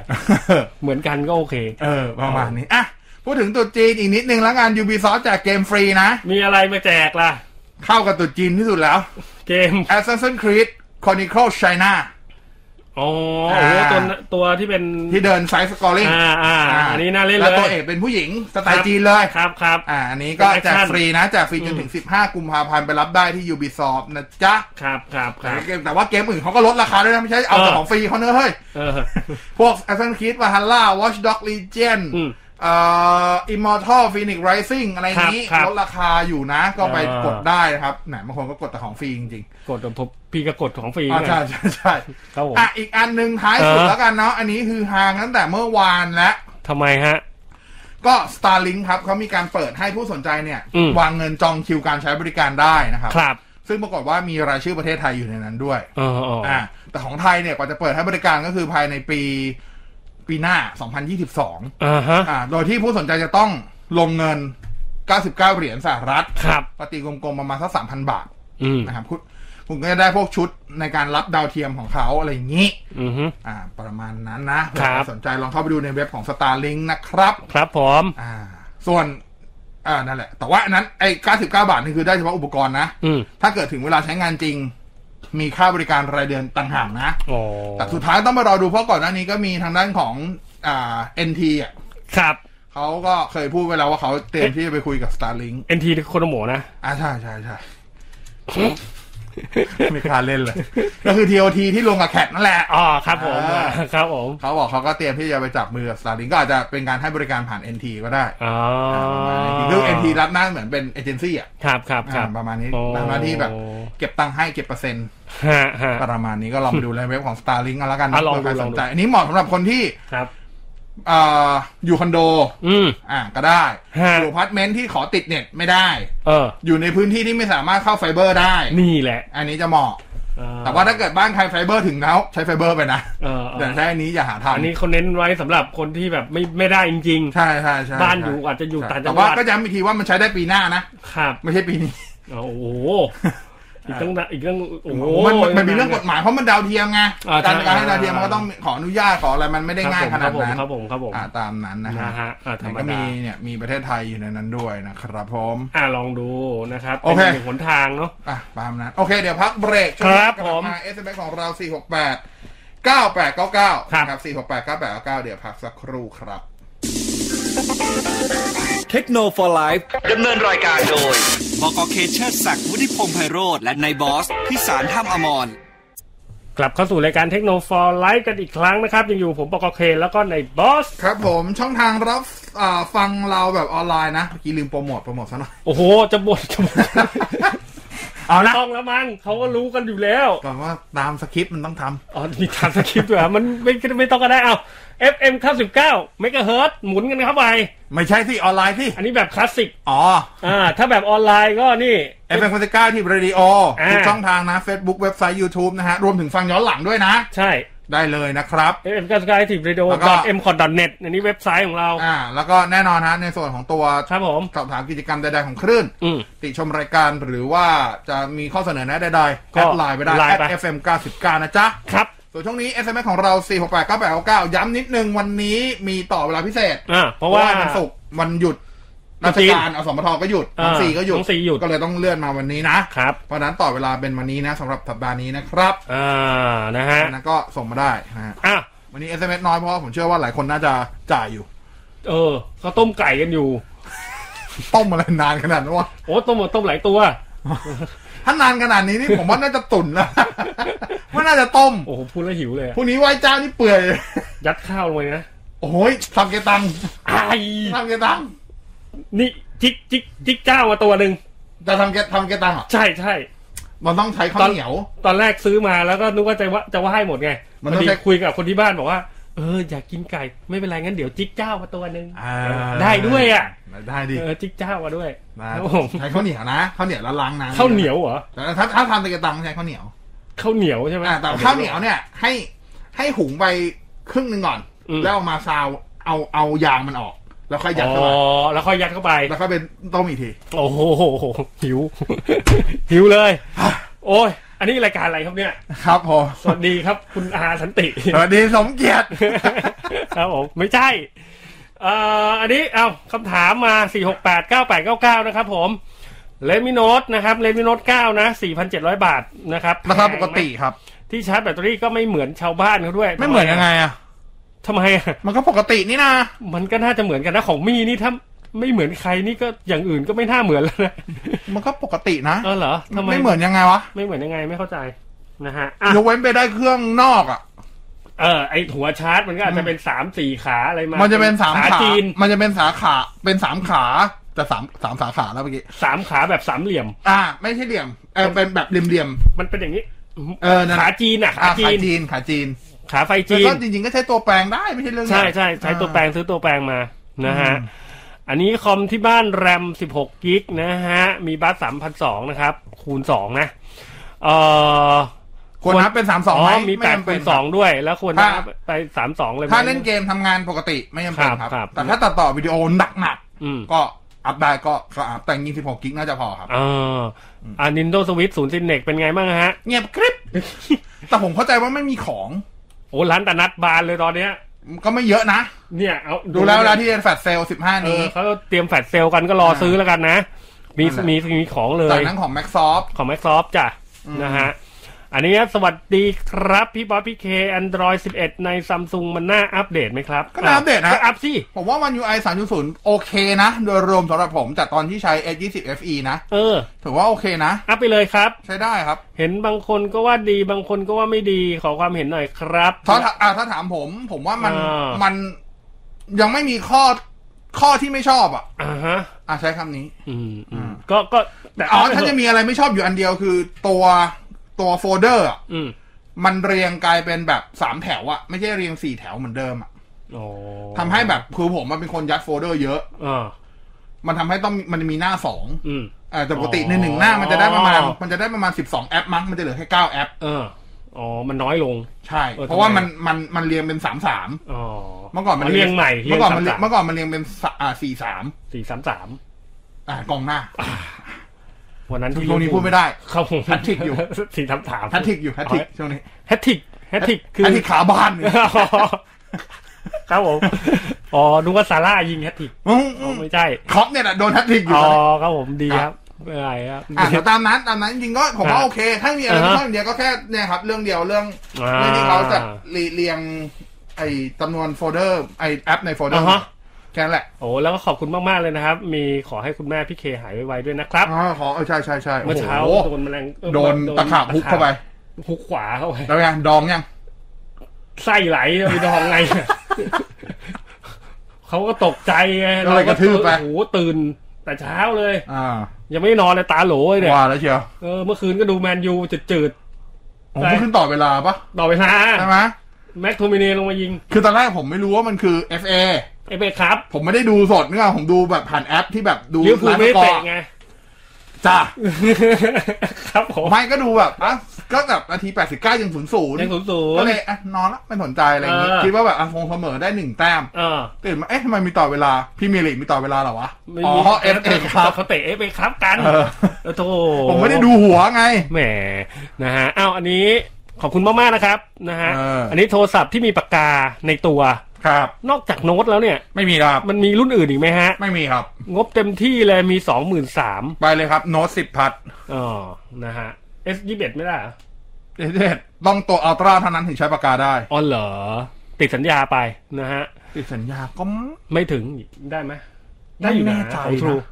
Speaker 2: เหมือนกันก็โอเค
Speaker 4: เออ ประมาณนี้ อ่ะ พูดถึงตัวจีนอีกนิดนึงแล้วกัน Ubisoft แจกเกมฟรีนะ
Speaker 2: มีอะไรมาแจกล่ะ
Speaker 4: เข้ากับตัวจีนที่สุดแล้ว
Speaker 2: เกม
Speaker 4: Assassin's Creed Chronicles China
Speaker 2: อ๋อโอ้โห
Speaker 4: อ่า
Speaker 2: ตัวตัวที่เป็น
Speaker 4: ที่เดินไซส์สกอร์ลิง
Speaker 2: อ่าอ่าอันนี้น่าเล่นเล
Speaker 4: แล้วตัวย เอกเป็นผู้หญิงสไต
Speaker 2: ครั
Speaker 4: ล์
Speaker 2: บ
Speaker 4: จีนเลย
Speaker 2: ครับครับ
Speaker 4: อ่า อันนี้ก็
Speaker 2: เป็น
Speaker 4: แจ
Speaker 2: action
Speaker 4: กฟรีนะแจกฟรีจนถึง 15 กุมภาพันธ์ไปรับได้ที่ Ubisoft นะจ๊ะ
Speaker 2: ครับครับครับ
Speaker 4: แต่เกมแต่ว่าเกมอื่นเขาก็ลดราคาด้วยนะ ไม่ใช่เอาแต่
Speaker 2: เออ
Speaker 4: ของฟรีเขาเนื้อะเฮ้ย
Speaker 2: เออ
Speaker 4: พวก Assassin's Creed Valhalla Watch Dogs Legion
Speaker 2: อืม
Speaker 4: เอ่อ Immortal Phoenix Rising อะไรอย่างนี้
Speaker 2: ครับครับ
Speaker 4: ลดราคาอยู่นะ ก็ไป
Speaker 2: อ่าก
Speaker 4: กดได้นะครับแหมบางคนก็กดแต่ของฟรีจริง
Speaker 2: กดผมพี่ก็กดของฟรี
Speaker 4: ๆอ๋อ
Speaker 2: นะ
Speaker 4: ใช่ใช่ใช่
Speaker 2: ครับผม
Speaker 4: อ่ะอีกอันหนึ่งท้ายสุด
Speaker 2: เออ
Speaker 4: แล้วกันเนาะอันนี้คือฮางตั้งแต่เมื่อวานแล้ว
Speaker 2: ทำไมฮะ
Speaker 4: ก็ Starlink ครับเขามีการเปิดให้ผู้สนใจเนี่ย
Speaker 2: อืม
Speaker 4: วางเงินจองคิวการใช้บริการได้นะครับ
Speaker 2: ครับ
Speaker 4: ซึ่งปรากฏว่ามีรายชื่อประเทศไทยอยู่ในนั้นด้วย
Speaker 2: เออเออ
Speaker 4: อ่าแต่ของไทยเนี่ยกว่าจะเปิดให้บริการก็คือภายในปีปีหน้า 2022
Speaker 2: อ่าฮะ
Speaker 4: อ่าโดยที่ผู้สนใจจะต้องลงเงิน 99 เหรียญสหรัฐ
Speaker 2: ครับ
Speaker 4: ปฏิกลมๆประมาณสัก 3,000 บาท
Speaker 2: อืม
Speaker 4: นะครับคุณคุณก็จะได้พวกชุดในการรับดาวเทียมของเขาอะไรอย่างนี้
Speaker 2: อือฮึ
Speaker 4: อ่า ประมาณนั้นนะเผื่
Speaker 2: ครั
Speaker 4: อบ ใครสนใจลองเข้าไปดูในเว็บของ Starlink นะครับ
Speaker 2: ครับผม
Speaker 4: อ่า ส่วน อ่า นั่นแหละ แต่ว่าอันนั้นไอ้ 99 บาทนี่คือได้เฉพาะอุปกรณ์นะ
Speaker 2: อืม
Speaker 4: ถ้าเกิดถึงเวลาใช้งานจริง มีค่าบริการรายเดือนต่างหากนะ
Speaker 2: อ๋อ
Speaker 4: แต่สุดท้ายต้องมารอดูเพราะก่อนหน้านี้ก็มีทางด้านของอ่า NT อ่ะ
Speaker 2: ครับ
Speaker 4: เขาก็เคยพูดไว้แล้วว่าเขาเต รียมที่จะไปคุยกับ Starlink
Speaker 2: เอ็นทีโคโนโมนะ
Speaker 4: อ่าใช่ใช่ ใช่ไม่กล้าเล่นเลย ก็คือ TOT ที่ลงกับแคทนั่นแหละ
Speaker 2: อ๋อครับผม
Speaker 4: อ่า
Speaker 2: ครับผม
Speaker 4: เขาบอกเขาก็เตรียมที่จะไปจับมือกับ Starlink ก็อาจจะเป็นการให้บริการผ่าน NT ก็ได้
Speaker 2: อ๋อ
Speaker 4: คือ NT รับหน้าเหมือนเป็นเอเจนซี่อ่ะ
Speaker 2: ครับครับครับ
Speaker 4: อ่าประมาณนี้
Speaker 2: โอ้
Speaker 4: ตามหน้าที่แบบเก็บตังค์ให้เก็บเปอร์เซ็นต์
Speaker 2: ฮะฮะ
Speaker 4: ประมาณนี้ก็ลองไปดูในเว็บของ Starlink กันแล้วกัน
Speaker 2: อ่ะลองดู
Speaker 4: เผื่ใคร
Speaker 2: ล
Speaker 4: ส
Speaker 2: อง
Speaker 4: น
Speaker 2: ดู
Speaker 4: ใจอันนี้เหมาะสำหรับคนที่
Speaker 2: ครับ
Speaker 4: อ่าอยู่คอนโด
Speaker 2: อืม
Speaker 4: อ่าก็ได้
Speaker 2: ฮะ
Speaker 4: อยู่อพาร์ตเมนต์ที่ขอติดเน็ตไม่ได้
Speaker 2: เออ
Speaker 4: อยู่ในพื้นที่ที่ไม่สามารถเข้าไฟเบอร์ได้
Speaker 2: นี่แหละ
Speaker 4: อันนี้จะเหมาะ
Speaker 2: เออ
Speaker 4: แต่ว่าถ้าเกิดบ้านใครไฟเบอร์ถึงแล้วใช้ไฟเบอร์ไปนะ
Speaker 2: เออเอ
Speaker 4: แต่
Speaker 2: อ
Speaker 4: ใช้อันนี้อย่าหาทำ
Speaker 2: อันนี้เขาเน้นไว้สำหรับคนที่แบบไม่ไม่ได้จริง
Speaker 4: ใช่ใช่ใช่
Speaker 2: ๆ บ้านอยู่อาจจะอยู่
Speaker 4: ใช่
Speaker 2: ต่างจั
Speaker 4: แต่
Speaker 2: งห
Speaker 4: ว่า
Speaker 2: วัด
Speaker 4: ก็ย้ำอีกทีว่ามันใช้ได้ปีหน้านะ
Speaker 2: ครับ
Speaker 4: ไม่ใช่ปีนี้
Speaker 2: โอ้โหอีกตั้งนานอีกตั้งโอ้โห
Speaker 4: มันมันมันมีเรื่องกฎหมายเพราะมันดาวเทียมไง
Speaker 2: อ่าใช่
Speaker 4: การการให้ดาวเทียม
Speaker 2: อ่ามั
Speaker 4: มันก็ต้องขออนุญาตขออะไรมันไม่ได้ง่ายขนาดนั้น
Speaker 2: ครับผมครับผม
Speaker 4: อ่า
Speaker 2: ครับผม
Speaker 4: ตามนั้นนะ
Speaker 2: นะ
Speaker 4: ฮะ
Speaker 2: ฮะอ่ะธรรม
Speaker 4: ก็
Speaker 2: ดา
Speaker 4: มีเนี่ยมีประเทศไทยอยู่ในนั้นด้วยนะครับผม
Speaker 2: อ่ะลองดูนะครับ
Speaker 4: โอเค
Speaker 2: เป็นหนึ่งหนทางเนาะ
Speaker 4: อ่ะตามนั้นโอเค เดี๋ยวพักเบรก
Speaker 2: ครับผม
Speaker 4: เอสเอ็มเอของเราสี่หกแปดเก้าแปดเก้าเก้า
Speaker 2: ครับ
Speaker 4: ครับสี่หกแปดเก้าแปดเก้าเก้าเดี๋ยวพักสักครู่ครับ
Speaker 1: เทคโนโลยีไลฟ์
Speaker 3: ดำเนินรายการโดย
Speaker 1: บกเคเชอร์ศักดิ์วุฒิพงษ์ไพโรธและนายบอสพิสารท่ามอมร
Speaker 2: กลับเข้าสู่รายการเทคโนโลยีกันอีกครั้งนะครับ ยังอยู่ผมปกเคแล้วก็ในบอส
Speaker 4: ครับผมช่องทางรับอ่าฟังเราแบบออนไลน์นะเมื่อกี้ลืมโปรโมทโปรโมทซะหน่อย
Speaker 2: โอ้โห จะบ่น จะบ่น
Speaker 4: เอานะ
Speaker 2: ต้องแล้วมั้งเขาก็รู้กันอยู่แล้ว
Speaker 4: ก่อนว่าตามสคริปต์มันต้องท
Speaker 2: อ๋อ มีทางสคริปต์ด้วยเหรอมันไม่ไม่ต้องก็ได้เอา FM 99เมกะเฮิรตซ์หมุนกันเข้าไป
Speaker 4: ำไม่ใช่ที่ออนไลน์ที่
Speaker 2: อันนี้แบบคลาสสิก
Speaker 4: อ๋อ
Speaker 2: อ่า ถ้าแบบออนไลน์ก็นี่
Speaker 4: เอฟเอ็มคอนเสิร์ตที่เรดิโอ
Speaker 2: อ่า
Speaker 4: ทุกช่องทางนะ Facebook เว็บไซต์ YouTube นะฮะ รวมถึงฟังย้อนหลังด้วยนะ
Speaker 2: ใช่
Speaker 4: ได้เลยนะครับ
Speaker 2: เอ็มการสกายทีฟเรดิโอ
Speaker 4: แล้วก็
Speaker 2: ดอทเอ็มคอนดอทเน็ตอันนี้เว็บไซต์ของเรา
Speaker 4: อ่า แล้วก็แน่นอนฮะในส่วนของตัว
Speaker 2: ครับผม
Speaker 4: สอบถามกิจกรรมใดๆของคลื่น
Speaker 2: อืม
Speaker 4: ติชมรายการหรือว่าจะมีข้อเสนอแนะใดๆ
Speaker 2: ก็
Speaker 4: แอดไลน์ไปได้
Speaker 2: ไลน์
Speaker 4: แอด
Speaker 2: ไป
Speaker 4: FM 99นะจ๊ะ
Speaker 2: ครับ
Speaker 4: ส่วนช่วงนี้ SMS ของเรา 4 6 8 9 8 9 ย้ำนิดนึงวันนี้มีต่อเวลาพิเศษ
Speaker 2: อ่าเพราะว่า
Speaker 4: วันศุกร์วันหยุด
Speaker 2: ตรุ
Speaker 4: รา
Speaker 2: ษ
Speaker 4: ช
Speaker 2: จีน
Speaker 4: การอสมทก็หยุด
Speaker 2: อ่า
Speaker 4: น้องสีก็หยุด
Speaker 2: น้องสี่หยุด
Speaker 4: ก็เลยต้องเลื่อนมาวันนี้นะครับ เพราะฉะนั้นต่อเวลาเป็นวันนี้นะสำหรับสัปดาห์นี้นะครับ
Speaker 2: อ่านะฮะ
Speaker 4: นั้นก็ส่งมาได้นะฮะ
Speaker 2: อ่ะ
Speaker 4: วันนี้ SMS น้อยเพราะว่าผมเชื่อว่าหลายคนน่าจะจ่ายอยู่
Speaker 2: เออเขาต้มไก่กันอยู่
Speaker 4: ต้มอะไรนานขนาดนั้นวะ
Speaker 2: โอ้ต้มหมดต้มหลายตัว
Speaker 4: ถ้านานขนาดนี้นี่ผมว่าน่าจะตุ่นแล้ว ไม่น่าจะต้ม
Speaker 2: โอ้โหพูดแล้วหิวเลยอะ
Speaker 4: พรุ่งนี้ไหว้เจ้านี่เปื่อย
Speaker 2: ยัดข้าวลงไปนะ
Speaker 4: โอ้ยทำเกตัง
Speaker 2: ไอ้
Speaker 4: ทำเกตัง
Speaker 2: นี่จิกจิกจิกเจ้ามาตัวหนึ่ง
Speaker 4: แต่ทำเกตทำเกตังเหรอ่ะ
Speaker 2: ใช่ใช่
Speaker 4: มันต้องใช้ข้าวเหนียว
Speaker 2: ตอนแรกซื้อมาแล้วก็นึกว่าจะว่าจะว่าให้หมดไง
Speaker 4: มัน
Speaker 2: พ
Speaker 4: ต้อง
Speaker 2: อดี
Speaker 4: ใช้
Speaker 2: คุยกับคนที่บ้านบอกว่า เอออยากกินไก่ไม่เป็นไรงั้นเดี๋ยวจิกเจ้ามาตัวหนึ่ง
Speaker 4: อ่า
Speaker 2: ได้ด้วยอ่ะ
Speaker 4: ได้ดิ
Speaker 2: เออจิกเจ้ามาด้วย
Speaker 4: มา
Speaker 2: ครับผม
Speaker 4: ใช้ข้าวเหนียวนะข้าวเหนียวแล้วล้างน้ำ
Speaker 2: ข้าวเหนียวเหรอ
Speaker 4: แต่ถ้าถ้าทำเกตังใช้ข้าวเหนียว
Speaker 2: ข้าวเหนียวใช่ไหม
Speaker 4: อ่าแต่ข้าวเหนียวเนี่ย ให้ให้หุงไปครึ่งหนึ่งก่อน
Speaker 2: อืม
Speaker 4: แล้วเอามาซาวเอาเอายางมันออก แล้วค่อยยัด
Speaker 2: อ๋อ
Speaker 4: เข้าไป
Speaker 2: แล้วค่อยยัดเข้าไป
Speaker 4: แล้วค่อยเป็นต้มอีกที
Speaker 2: โอ้โหหิว หิวเลย โอ้ย อันนี้รายการอะไรครับเนี่ย
Speaker 4: ครับพอ
Speaker 2: สวัสดีครับ คุณอาสันติ
Speaker 4: สวัสดีสมเกียรติ
Speaker 2: ครับผมไม่ใช่เอ่ออันนี้เอาคำถามมา 4689899 นะครับผมเลมิโนตนะครับเลมิโนต9นะ 4,700 บาทนะครับ
Speaker 4: ราคา
Speaker 2: แพ
Speaker 4: ป
Speaker 2: ง
Speaker 4: กติครับ
Speaker 2: ที่ชาร์จแบตเตอรี่ก็ไม่เหมือนชาวบ้านเขาด้วย
Speaker 4: ไม่เหมือนยังไงอ่ะ
Speaker 2: ทำไมอะ
Speaker 4: มันก็ปกตินี่นะ
Speaker 2: มันก็น่าจะเหมือนกันนะของมี่นี่ถ้าไม่เหมือนใครนี่ก็อย่างอื่นก็ไม่น่าเหมือนแล้วนะ
Speaker 4: มันก็ปกตินะ
Speaker 2: เออเหรอทำไม
Speaker 4: ไม่เหมือนยังไงวะ
Speaker 2: ไม่เหมือนยังไงไม่เข้าใจนะฮะอ่ะ
Speaker 4: ยกเว้นไปได้เครื่องนอกอ่ะ
Speaker 2: เออไอหัวชาร์จมันก็อาจจะเป็นสามสี่ขาอะไรมา
Speaker 4: มั
Speaker 2: มัน
Speaker 4: จะเป็นสามขา
Speaker 2: จีน
Speaker 4: มันจะเป็นสาขา เป็นสามขาแต่สามสามสาขาแล้วเมื่อกี้
Speaker 2: สามขาแบบสามเหลี่ยม
Speaker 4: อ่า ไม่ใช่เหลี่ยม เออ เป็นแบบเหลี่ยม
Speaker 2: มันเป็นอย่างนี้
Speaker 4: ๆเออนั่น
Speaker 2: ขา
Speaker 4: น่ะ
Speaker 2: จีนอ่ะ
Speaker 4: อ่า
Speaker 2: ขาจี
Speaker 4: ขาน จีน ขาจีน
Speaker 2: ขาไฟ
Speaker 4: แต่
Speaker 2: จีน
Speaker 4: ก็จริงๆก็ใช้ตัวแปลงได้ไม่ใช่เรื่อง
Speaker 2: ใช่
Speaker 4: ยาก
Speaker 2: ใช่ใช้ตัวแปลงซื้อตัวแปลงมานะฮะ อันนี้คอมที่บ้านแรม 16 กิกนะฮะ มีบัสสามพันสองนะครับ คูณสองนะ เอ่อ
Speaker 4: ควรนับเป็นสามสองไหม
Speaker 2: มีแปด
Speaker 4: ไจำ
Speaker 2: คู
Speaker 4: เป็
Speaker 2: ณ
Speaker 4: น
Speaker 2: สองด้วย แล้วควร
Speaker 4: ถ้า
Speaker 2: นับไปสามสองเลยไหม
Speaker 4: ถ้าเล่นเกมทำงานปกติไม่จำเป็น
Speaker 2: ค
Speaker 4: ค
Speaker 2: รั
Speaker 4: รั
Speaker 2: บบ ครับ
Speaker 4: แต่ถ้าตัดต่อวิดีโอหนัก
Speaker 2: อืม
Speaker 4: ๆก็อัพได้ก็ก็อัพแต่ยิงสิบหกกิกน่าจะพอครับ
Speaker 2: อ่าอ่า Nintendo Switch ศูนย์ซินเนกเป็นไงบ้างฮะ
Speaker 4: เงียบกริบ แต่ผมเข้าใจว่าไม่มีของ
Speaker 2: โอ้ร้านตานัดบานเลยตอนเนี้ย
Speaker 4: ก็ไม่เยอะนะ
Speaker 2: เนี่ยเอา
Speaker 4: ดูแล้วเวลาที่เดนแฟลตเซลสิบห้า
Speaker 2: เอ
Speaker 4: นี้
Speaker 2: อเขาเตรียมแฟลชเซลกันก็รอซื้อแล้วกันนะ มี
Speaker 4: นั่นแหละ
Speaker 2: มีมีของเล
Speaker 4: จาย กหนั้นของ Microsoft
Speaker 2: ของ Microsoft จ้ะนะฮะ อันนี้สวัสดีครับพี่บ๊อบพี่เค Android 11 ใน Samsung มันน่าอัปเดตไหมครับ
Speaker 4: ก็น่าอัปเดตนะ
Speaker 2: ก็อัปสิ
Speaker 4: ผมว่ามัน UI 3.0 โอเคนะ โดยรวมสำหรับผมแต่ตอนที่ใช้ Edge 20 FE นะ
Speaker 2: เออ
Speaker 4: ถือว่าโอเคนะ
Speaker 2: อัปไปเลยครับ
Speaker 4: ใช้ได้ครับ
Speaker 2: เห็นบางคนก็ว่าดีบางคนก็ว่าไม่ดีขอความเห็นหน่อยครับ
Speaker 4: ถ้าอ่ะถ้าถามผม ผมว่ามัน
Speaker 2: อ่ามั
Speaker 4: มันยังไม่มีข้อข้อที่ไม่ชอบอ่ะ
Speaker 2: อ่าฮะ
Speaker 4: อ่ะใช้คำนี้
Speaker 2: อืมอืมก็ก็แต่
Speaker 4: อ๋อ ถ้าจะมีอะไรไม่ชอบอยู่อันเดียวคือตัวตัวโฟลเดอร์อะ
Speaker 2: อืม
Speaker 4: มันเรียงกลายเป็นแบบสามแถวอะไม่ใช่เรียงสี่แถวเหมือนเดิมอะ
Speaker 2: อ๋อ
Speaker 4: ทำให้แบบคือผมมันเป็นคนยัดโฟลเดอร์เยอะ
Speaker 2: อ่า
Speaker 4: มันทำให้ต้องมีมันมีหน้าสอง
Speaker 2: อืม
Speaker 4: อ่าแต่ปกติ
Speaker 2: อ๋อ
Speaker 4: ในหนึ่งหน้ามันจะได้ประมาณมันจะได้ประมาณสิบสองแอปมั้งมันจะเหลือแค่เก้าแอป
Speaker 2: เอออ๋อ มันน้อยลง
Speaker 4: ใช่
Speaker 2: เออ
Speaker 4: เพราะว่า
Speaker 2: ทำไม
Speaker 4: มันมันมันเรียงเป็นสามสาม
Speaker 2: อ๋อ
Speaker 4: เมื่อก่อนมัน
Speaker 2: เรียงใหม่
Speaker 4: เมื่อก่อนมันเรีย
Speaker 2: เรีย
Speaker 4: ง
Speaker 2: ง
Speaker 4: เมื่อก่อนมันเรียงเป็นสะอ่าสี่สาม
Speaker 2: สี่สามสาม
Speaker 4: อ่ากองหน้า
Speaker 2: วันนั้นที่
Speaker 4: ช่วงนี้พูดไม่ได้
Speaker 2: ครับผม
Speaker 4: แฮตทริกอยู่
Speaker 2: สี่สามสาม
Speaker 4: แฮตทริกอยู่แฮตทริกช่วงนี้
Speaker 2: แฮตทริกแฮตทริกคือ
Speaker 4: แฮตทริกขาบ้านเนี่ย
Speaker 2: อ๋อครับผมอ๋อนึกว่าซาร่ายิงแฮตทริก
Speaker 4: อืม
Speaker 2: อ๋
Speaker 4: อื
Speaker 2: อ
Speaker 4: ม
Speaker 2: ไม่ใช่
Speaker 4: ครอปเนี่ยแหละโดนแฮตทริกอยู่
Speaker 2: อ๋อ
Speaker 4: ตอนนี้
Speaker 2: ครับผมดีครับไม่เป็นไรครับ
Speaker 4: อ่าแต่ตามนั้นตามนั้นจริงๆก็ผมว่า
Speaker 2: อ่ะ
Speaker 4: โอเค ถ้ามีอะไร
Speaker 2: อ่าฮะ
Speaker 4: ไม่ชอบอย่างเดียวก็แค่เนี่ยครับ เรื่องเดียวเรื่อง
Speaker 2: อ่า
Speaker 4: เรื่องที่เขาจะเรียงไอ้จำนวนโฟลเดอร์ไอ้แอปในโฟลเดอร์
Speaker 2: อ่าฮะ
Speaker 4: แค่นั้นแหละ
Speaker 2: โอ้แล้วก็ขอบคุณมากๆเลยนะครับ มีขอให้คุณแม่พี่เคหายไวๆด้วยนะครับ
Speaker 4: อ๋อขอเออใช่ใช่ใช่โอ้
Speaker 2: เมื่อ
Speaker 4: โห
Speaker 2: เช้าโดนแมลงเอ่อ
Speaker 4: โดนตะขาบฮุกเข้าไป
Speaker 2: ฮุกขวาเข้าไป
Speaker 4: แล้วไงดองยัง
Speaker 2: ไส้ไหลไปดองไง เขาก็ตกใจไง
Speaker 4: ก็เลยกระทืบไป
Speaker 2: เราก็ตื่นโอ้โหตื่น แต่เช้าเลย
Speaker 4: อ่า
Speaker 2: ยังไม่ได้นอนเลยตาโหลเลยเนี่ย
Speaker 4: ว่าแล้วเชียว
Speaker 2: เออเมื่อคืนก็ดูแมนยูจืด
Speaker 4: ผม
Speaker 2: ใช่
Speaker 4: เพิ่งขึ้นต่อเวลาปะ
Speaker 2: ๆ ต่อเวลา
Speaker 4: ใช่ไหม
Speaker 2: แม็กโทมิเนลงมายิง
Speaker 4: คือตอนแรกผมไม่รู้ว่ามันคือ FA
Speaker 2: เอเบครับ
Speaker 4: ผมไม่ได้ดูสดเนื่องผมดูแบบผ่านแอปที่แบบดู
Speaker 2: ลิเวอร์พูล
Speaker 4: ร้าน
Speaker 2: ไม่ได้
Speaker 4: ป
Speaker 2: เตะ
Speaker 4: อ
Speaker 2: ไง
Speaker 4: จ้า
Speaker 2: ครับผม
Speaker 4: ไม่ก็ดูแบบอ่ะ ก็แบบนาทีแปดสิบเก้ายังศูนย์ศูนย์
Speaker 2: ยังศูนย์ศูน
Speaker 4: ก็
Speaker 2: ย์
Speaker 4: เลยอ่ะนอนละไม่สนใจอะไรอย่างงี้
Speaker 2: เออ
Speaker 4: คิดว่าแบบอ่ะคงเสมอได้หนึ่งแต้ม
Speaker 2: เออ
Speaker 4: ตื่นมาเอ๊ะทำไมมีต่อเวลาพรี่เมยร์ลีกมีต่อเวลาเหรอวะ
Speaker 2: ไม่
Speaker 4: อ๋
Speaker 2: มี
Speaker 4: อเอฟเอครับ
Speaker 2: เขาเตะเอฟเอครับกัน
Speaker 4: เออ
Speaker 2: เออโธ่
Speaker 4: ผมไม่ได้ดูหัวไง
Speaker 2: แหม นะฮะ อ้าว อันนี้ขอบคุณมาก ๆ นะครับ นะฮะ
Speaker 4: เอออั
Speaker 2: อันนี้โทรศัพท์ที่มีปากกาในตัว
Speaker 4: ครับ
Speaker 2: นอกจากโน้ตแล้วเนี่ย
Speaker 4: ไม่มีครับ
Speaker 2: มันมีรุ่นอื่นอีกไหมฮะ
Speaker 4: ไม่มีครับ
Speaker 2: งบเต็มที่เลยมีสองหมื่นสาม
Speaker 4: ไปเลยครับโน้ตสิบพัด
Speaker 2: อ๋อ นะฮะ S ยี่สิบเอ็ดไม่ได้เหรอ
Speaker 4: เด็ดๆต้องตัวอัลตร้าเท่านั้นถึงใช้ปากกาได้
Speaker 2: อ๋อเหรอ ติดสัญญาไปนะฮะ
Speaker 4: ติดสัญญาก็
Speaker 2: ไม่ถึงได้ไหมได้อยู่นะ
Speaker 4: ไม่แน่ใจ
Speaker 2: ของ True
Speaker 4: นะ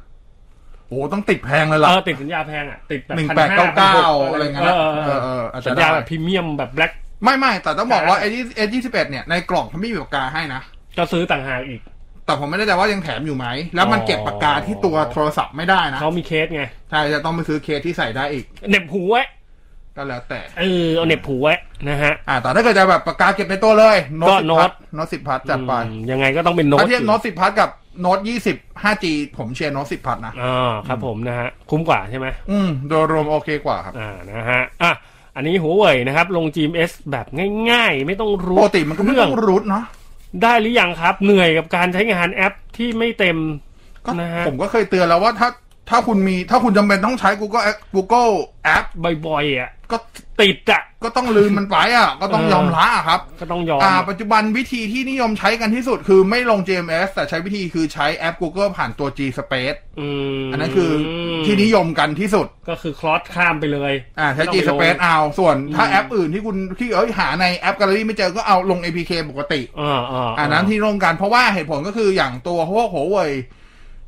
Speaker 4: โอ้โหต้องติดแพงเลย
Speaker 2: เอ
Speaker 4: ล่ะ
Speaker 2: อติดสัญญาแพงอ่ะ ติดแบบ
Speaker 4: หนึ่งแปดเก้าเก้าอะไรเงี้ยนะ
Speaker 2: เออ
Speaker 4: เอ
Speaker 2: เอ
Speaker 4: อ
Speaker 2: อ
Speaker 4: เอ
Speaker 2: เออ
Speaker 4: ออจจะ
Speaker 2: สัญญา
Speaker 4: ได้
Speaker 2: แบบพรีเมียมแบบแบล็ค
Speaker 4: ไม่ไม่แต่ต้องบอก
Speaker 2: นะ
Speaker 4: ว่าเอเอยี่สิบเอ็ดเนี่ยในกล่องเขาไม่มีปากกาให้นะ
Speaker 2: ก็ซื้อต่างหากอีก
Speaker 4: แต่ผมไม่ได้แต่ว่ายังแถมอยู่ไหม แล้วมันเก็บปากกาที่ตัวโทรศัพท์ไม่ได้นะ
Speaker 2: เขามีเคสไง
Speaker 4: ใช่จะต้องไปซื้อเคสที่ใส่ได้อีก
Speaker 2: เหน็บหูไว้
Speaker 4: ก็แล้วแต่
Speaker 2: เออเอาเหน็บหูไว้นะฮะ
Speaker 4: อ่าแต่ถ้าเกิดจะแบบปากกาเก็บในตัวเลยโน้ต
Speaker 2: ก็
Speaker 4: สิบ
Speaker 2: โน้
Speaker 4: พั
Speaker 2: ต
Speaker 4: ดโน้ตสิบพัดจัดไป
Speaker 2: อืมยังไงก็ต้องเป็นโน้ต
Speaker 4: ถ้าเทียบโน้ตสิบพัดกับโน้ตยี่สิบ 5G ผมเชียร์โน้ตสิบพัดนะ
Speaker 2: อ่าครับผมนะฮะ คุ้มกว่าใช่ไหม
Speaker 4: อืม โดยรวมโอเคกว่าครับ
Speaker 2: อ่านะฮะอ่ะอันนี้หัวเว่ยนะครับ ลง GMS แบบง่ายๆ ไม่ต้องรู้
Speaker 4: ปกติมันก็ไม่
Speaker 2: เรื่
Speaker 4: ต้องรูทเนาะ
Speaker 2: ได้หรือยังครับ เหนื่อยกับการใช้งานแอปที่ไม่เต็ม
Speaker 4: ก็
Speaker 2: นะฮะ
Speaker 4: ผมก็เคยเตือนแล้วว่าถ้าถ้าคุณมีถ้าคุณจำเป็นต้องใช้ Google App- Google App
Speaker 2: บ่อยๆอ่ะ
Speaker 4: ก็
Speaker 2: ติดอ่ะ
Speaker 4: ก็ต้องลืมมันไปอ่ะ ก็ต้อง
Speaker 2: เออ
Speaker 4: ยอมละอะครับ
Speaker 2: ก็ต้องยอม
Speaker 4: อ่าปัจจุบันวิธีที่นิยมใช้กันที่สุดคือไม่ลง GMS แต่ใช้วิธีคือใช้แอป Google ผ่านตัว G Space
Speaker 2: อืม
Speaker 4: อันนั้นคือที่นิยมกันที่สุด
Speaker 2: ก็คือคลอสข้ามไปเลย
Speaker 4: อ่าใช้ G
Speaker 2: ไม่ต้องไปล
Speaker 4: Space
Speaker 2: ง
Speaker 4: เอาส่วนถ้า
Speaker 2: อืม
Speaker 4: แอปอื่นที่คุณที่เอ้ยหาในแอป Gallery ไม่เจอก็เอาลง APK ปกติ
Speaker 2: อ่าอ่า
Speaker 4: อันนั้นที่ร่วมกันเพราะว่าเหตุผลก็คืออย่างตัวพวก Huawei